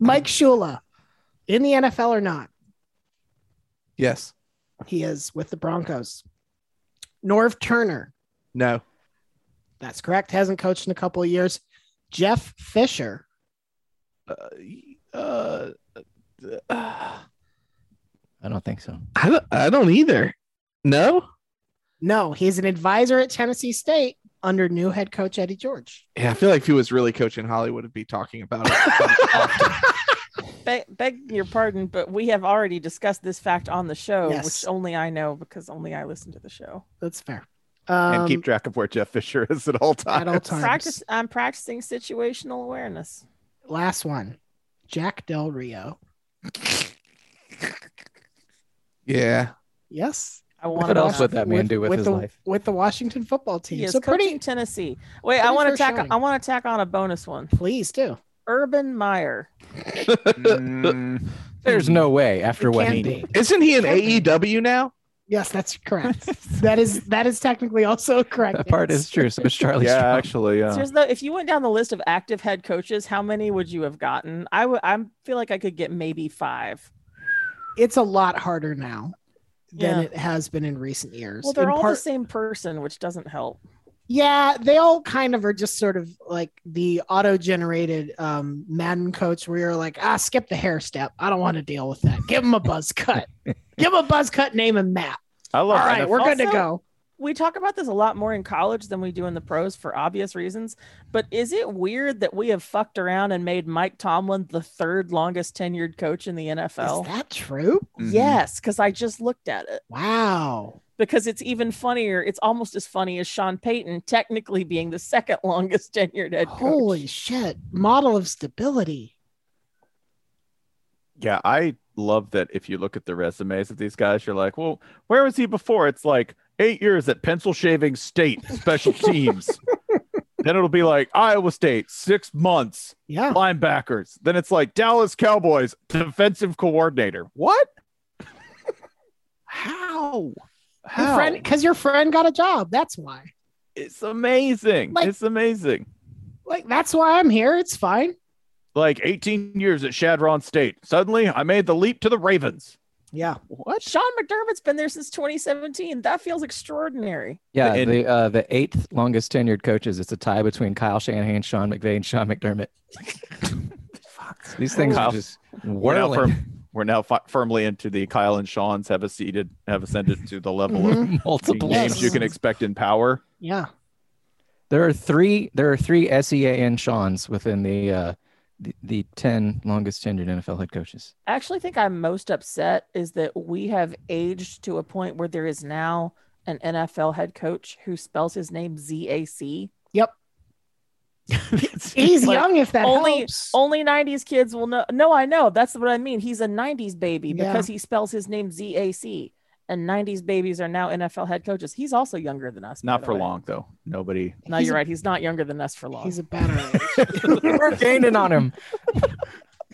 S4: Mike Shula, in the NFL or not,
S6: Yes.
S4: he is with the Broncos. Norv Turner,
S6: No.
S4: that's correct, hasn't coached in a couple of years. Jeff Fisher,
S6: Uh, uh, uh,
S5: I don't think so.
S6: I don't, I don't either. No.
S4: no, he's an advisor at Tennessee State under new head coach Eddie George.
S6: Yeah, I feel like if he was really coaching Hollywood, would be talking
S1: (laughs)
S6: about it.
S3: Be- beg your pardon, but we have already discussed this fact on the show,
S4: Yes.
S3: which only I know because only I listen to the show.
S4: That's fair.
S1: and
S4: Um,
S1: keep track of where Jeff Fisher is at all times.
S4: at all times.
S3: Practice. I'm practicing situational awareness.
S4: Last one, Jack Del Rio.
S6: yeah,
S4: Yes.
S3: I want
S5: What
S3: to
S5: else would that man do with his
S4: the,
S5: life?
S4: With the Washington football team.
S3: He is
S4: so
S3: coaching
S4: pretty,
S3: Tennessee. Wait, I
S4: pretty
S3: want to
S4: fair
S3: tack.
S4: showing.
S3: I want to tack on a bonus one.
S4: please do.
S3: Urban Meyer.
S1: Mm.
S5: There's no way after
S4: It
S5: what
S4: can't
S5: he
S4: be.
S6: (laughs)
S5: did.
S6: isn't he in
S4: Can't be.
S6: AEW now?
S4: Yes, that's
S3: (laughs)
S4: correct. that is that is technically also correct.
S5: That part is true. So it's Charlie
S1: yeah,
S5: Strong.
S1: actually, yeah.
S3: Seriously, though, if you went down the list of active head coaches, how many would you have gotten? I would. I feel like I could get maybe five.
S4: It's a lot harder now than
S3: Yeah.
S4: it has been in recent years.
S3: Well, they're
S4: In
S3: all
S4: part-
S3: the same person, which doesn't help.
S4: Yeah, they all kind of are just sort of like the auto-generated um, Madden coach, where you're like, ah, skip the hair step. I don't want to deal with that. Give him a buzz cut. Give him a buzz cut. Name and map.
S1: I
S4: All
S1: love
S4: right,
S1: NFL.
S4: we're good to
S3: Also-
S4: go.
S3: we talk about this a lot more in college than we do in the pros for obvious reasons. But is it weird that we have fucked around and made Mike Tomlin the third longest tenured coach in the NFL?
S4: Is that true?
S3: Yes, because I just looked at it.
S4: Wow.
S3: Because it's even funnier. It's almost as funny as Sean Payton technically being the second (laughs) longest tenured head coach.
S4: Holy shit. Model of stability.
S1: Yeah, I love that if you look at the resumes of these guys, you're like, well, where was he before? It's like eight years at pencil shaving state
S6: (laughs)
S1: special teams. then it'll be like Iowa State, six months,
S4: yeah,
S1: linebackers. Then it's like Dallas Cowboys, defensive coordinator. What? How?
S4: Your
S1: How?
S4: friend, because your friend got a job. That's why.
S1: it's amazing.
S4: Like-
S1: it's amazing.
S4: Like, that's why I'm here. It's fine.
S1: Like 18 years at Shadron State. Suddenly I made the leap to the Ravens.
S4: Yeah.
S3: What? Sean McDermott's been there since 2017. That feels extraordinary.
S5: Yeah,
S1: And-
S5: the uh, the eighth longest tenured coaches. It's a tie between Kyle Shanahan, Sean McVay, and
S4: (laughs)
S5: Sean McDermott. These things
S1: Kyle-
S5: are just
S1: We're now,
S5: whirling.
S1: firm, we're now fi- firmly into the Kyle and Sean's have ascended have ascended to the level
S4: Mm-hmm.
S1: of
S5: Multiple
S1: names you can expect in power.
S4: Yeah.
S5: There are three. There are three SEAN Sean's within the uh, the, the ten longest tenured NFL head coaches.
S3: I actually think I'm most upset is that we have aged to a point where there is now an NFL head coach who spells his name Z A C.
S4: Yep. He's young if that
S3: only
S4: helps.
S3: only 90s kids will know. No, I know. That's what I mean. He's a 90s baby
S4: Yeah.
S3: because he spells his name Z A C. And 90s babies are now NFL head coaches. He's also younger than us. by
S1: Not
S3: the
S1: for
S3: way.
S1: long though. Nobody.
S3: No,
S4: He's
S3: you're
S4: a-
S3: right. He's not younger than us for long.
S4: He's a better age.
S5: We're gaining on him.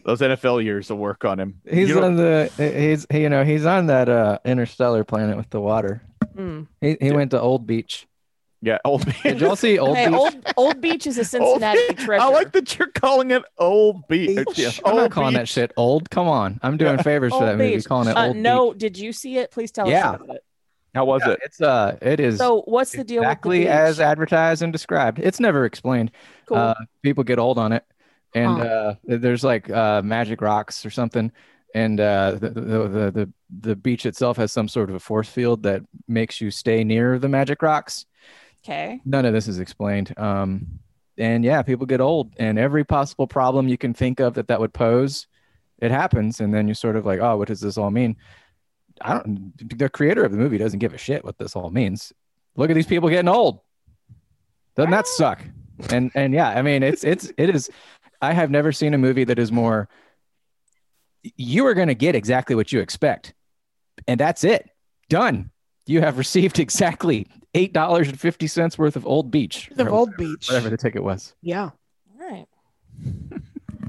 S1: Those NFL years will work on him.
S5: He's
S1: You don't-
S5: on the. He's you know he's on that uh, interstellar planet with the water.
S3: Mm.
S5: He, he went to Old Beach.
S1: yeah, old (laughs)
S5: Did y'all see
S3: (laughs)
S5: Old
S3: Hey,
S5: Beach?
S3: old, old Beach is a Cincinnati
S1: Old-
S3: treasure.
S1: I like that you're calling it old beach.
S4: Beach.
S1: Yeah,
S5: I'm
S1: old
S5: not calling that
S1: beach.
S5: shit old. Come on, I'm doing favors for
S3: Old
S5: that movie.
S3: Beach.
S5: Calling it
S3: Uh,
S5: old.
S3: no, did you see it? Please tell
S5: Yeah.
S3: us about it.
S1: How was
S5: Beach.
S1: it?
S5: it's uh, it is
S3: So, what's the deal
S5: exactly
S3: with the beach?
S5: as advertised and described. It's never explained.
S3: cool.
S5: Uh, people get old on it, and
S4: Huh.
S5: uh, th- there's like uh, magic rocks or something, and uh, the, the the the the beach itself has some sort of a force field that makes you stay near the magic rocks.
S3: okay.
S5: None of this is explained. Um, and yeah, people get old, and every possible problem you can think of that that would pose, it happens, and then you're sort of like, oh, what does this all mean? I don't. The creator of the movie doesn't give a shit what this all means. Look at these people getting old. Doesn't that suck? And and yeah, I mean, it's it's it is. I have never seen a movie that is more. You are going to get exactly what you expect, and that's it. Done. You have received exactly eight dollars and fifty cents worth of Old Beach,
S4: The
S5: or
S4: Old Beach.
S5: whatever the ticket was.
S4: Yeah.
S3: All
S5: (laughs)
S3: right.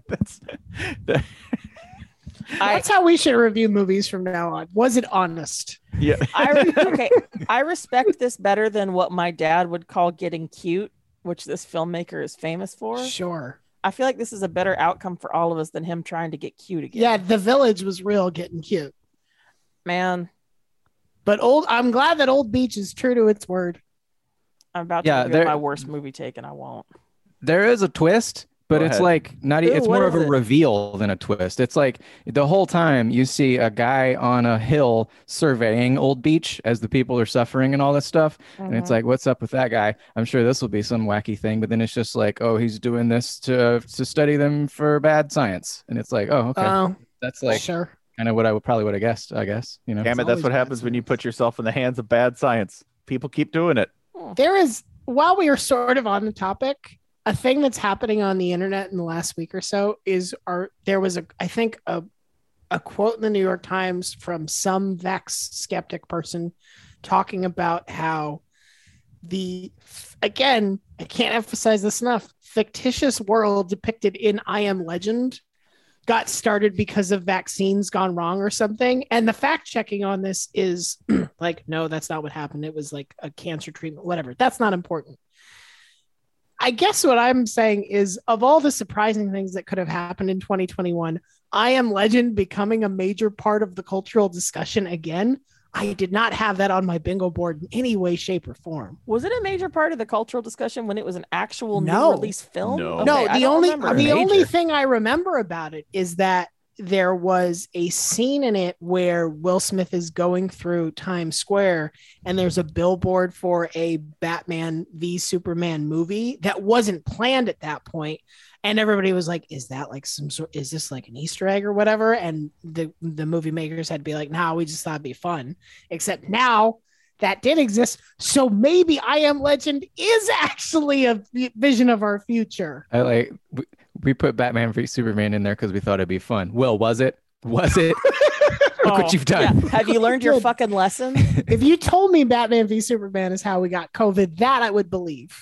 S1: That's that,
S3: I,
S4: That's how we should review movies from now on. Was it honest?
S1: yeah.
S3: I re- okay. I respect this better than what my dad would call getting cute, which this filmmaker is famous for.
S4: Sure.
S3: I feel like this is a better outcome for all of us than him trying to get cute again.
S4: Yeah, The Village was real getting cute.
S3: man.
S4: But old, I'm glad that Old Beach is true to its word.
S3: I'm about
S5: Yeah,
S3: to
S5: there-
S3: get my worst movie take, and I won't.
S5: There is a twist, but
S1: Go
S5: it's
S1: ahead.
S5: like not. e-
S3: Ooh,
S5: it's
S3: what
S5: more of
S3: is
S5: a
S3: it?
S5: reveal than a twist. It's like the whole time you see a guy on a hill surveying Old Beach as the people are suffering and all this stuff, and
S4: Mm-hmm.
S5: it's like, what's up with that guy? I'm sure this will be some wacky thing, but then it's just like, oh, he's doing this to to study them for bad science, and it's like, oh, okay,
S4: Oh,
S5: that's like
S4: sure.
S5: kind of what I would probably would have guessed. I guess you know.
S1: Damn it,
S4: It's
S1: that's what
S4: always bad
S1: happens when you
S4: science.
S1: put yourself in the hands of bad science. People keep doing it.
S4: There is, while we are sort of on the topic, a thing that's happening on the internet in the last week or so is our, there was a, I think, a, a quote in the New York Times from some vax skeptic person talking about how the, again, I can't emphasize this enough, fictitious world depicted in I Am Legend got started because of vaccines gone wrong or something. And the fact checking on this is like, no, that's not what happened. It was like a cancer treatment, whatever. That's not important. I guess what I'm saying is of all the surprising things that could have happened in 2021, I am legend becoming a major part of the cultural discussion again. I did not have that on my bingo board in any way, shape, or form.
S3: Was it a major part of the cultural discussion when it was an actual
S4: No.
S3: new release film?
S1: No.
S3: Okay,
S4: no,
S3: I
S4: the
S3: don't
S4: only
S3: remember.
S4: the
S5: Major.
S4: only thing I remember about it is that there was a scene in it where Will Smith is going through Times Square and there's a billboard for a Batman v Superman movie that wasn't planned at that point. And everybody was like, is that like some sort is this like an Easter egg or whatever? And the the movie makers had to be like, nah, we just thought it'd be fun. Except now that did exist. So maybe I Am Legend is (laughs) actually a v- vision of our future.
S5: I like we, we put Batman v Superman in there because we thought it'd be fun. Well, was it? Was it? (laughs) Look
S3: Oh,
S5: what you've done.
S3: yeah. Have you learned your
S4: (laughs) Good.
S3: fucking lesson?
S4: if you told me Batman v Superman is how we got COVID, that I would believe.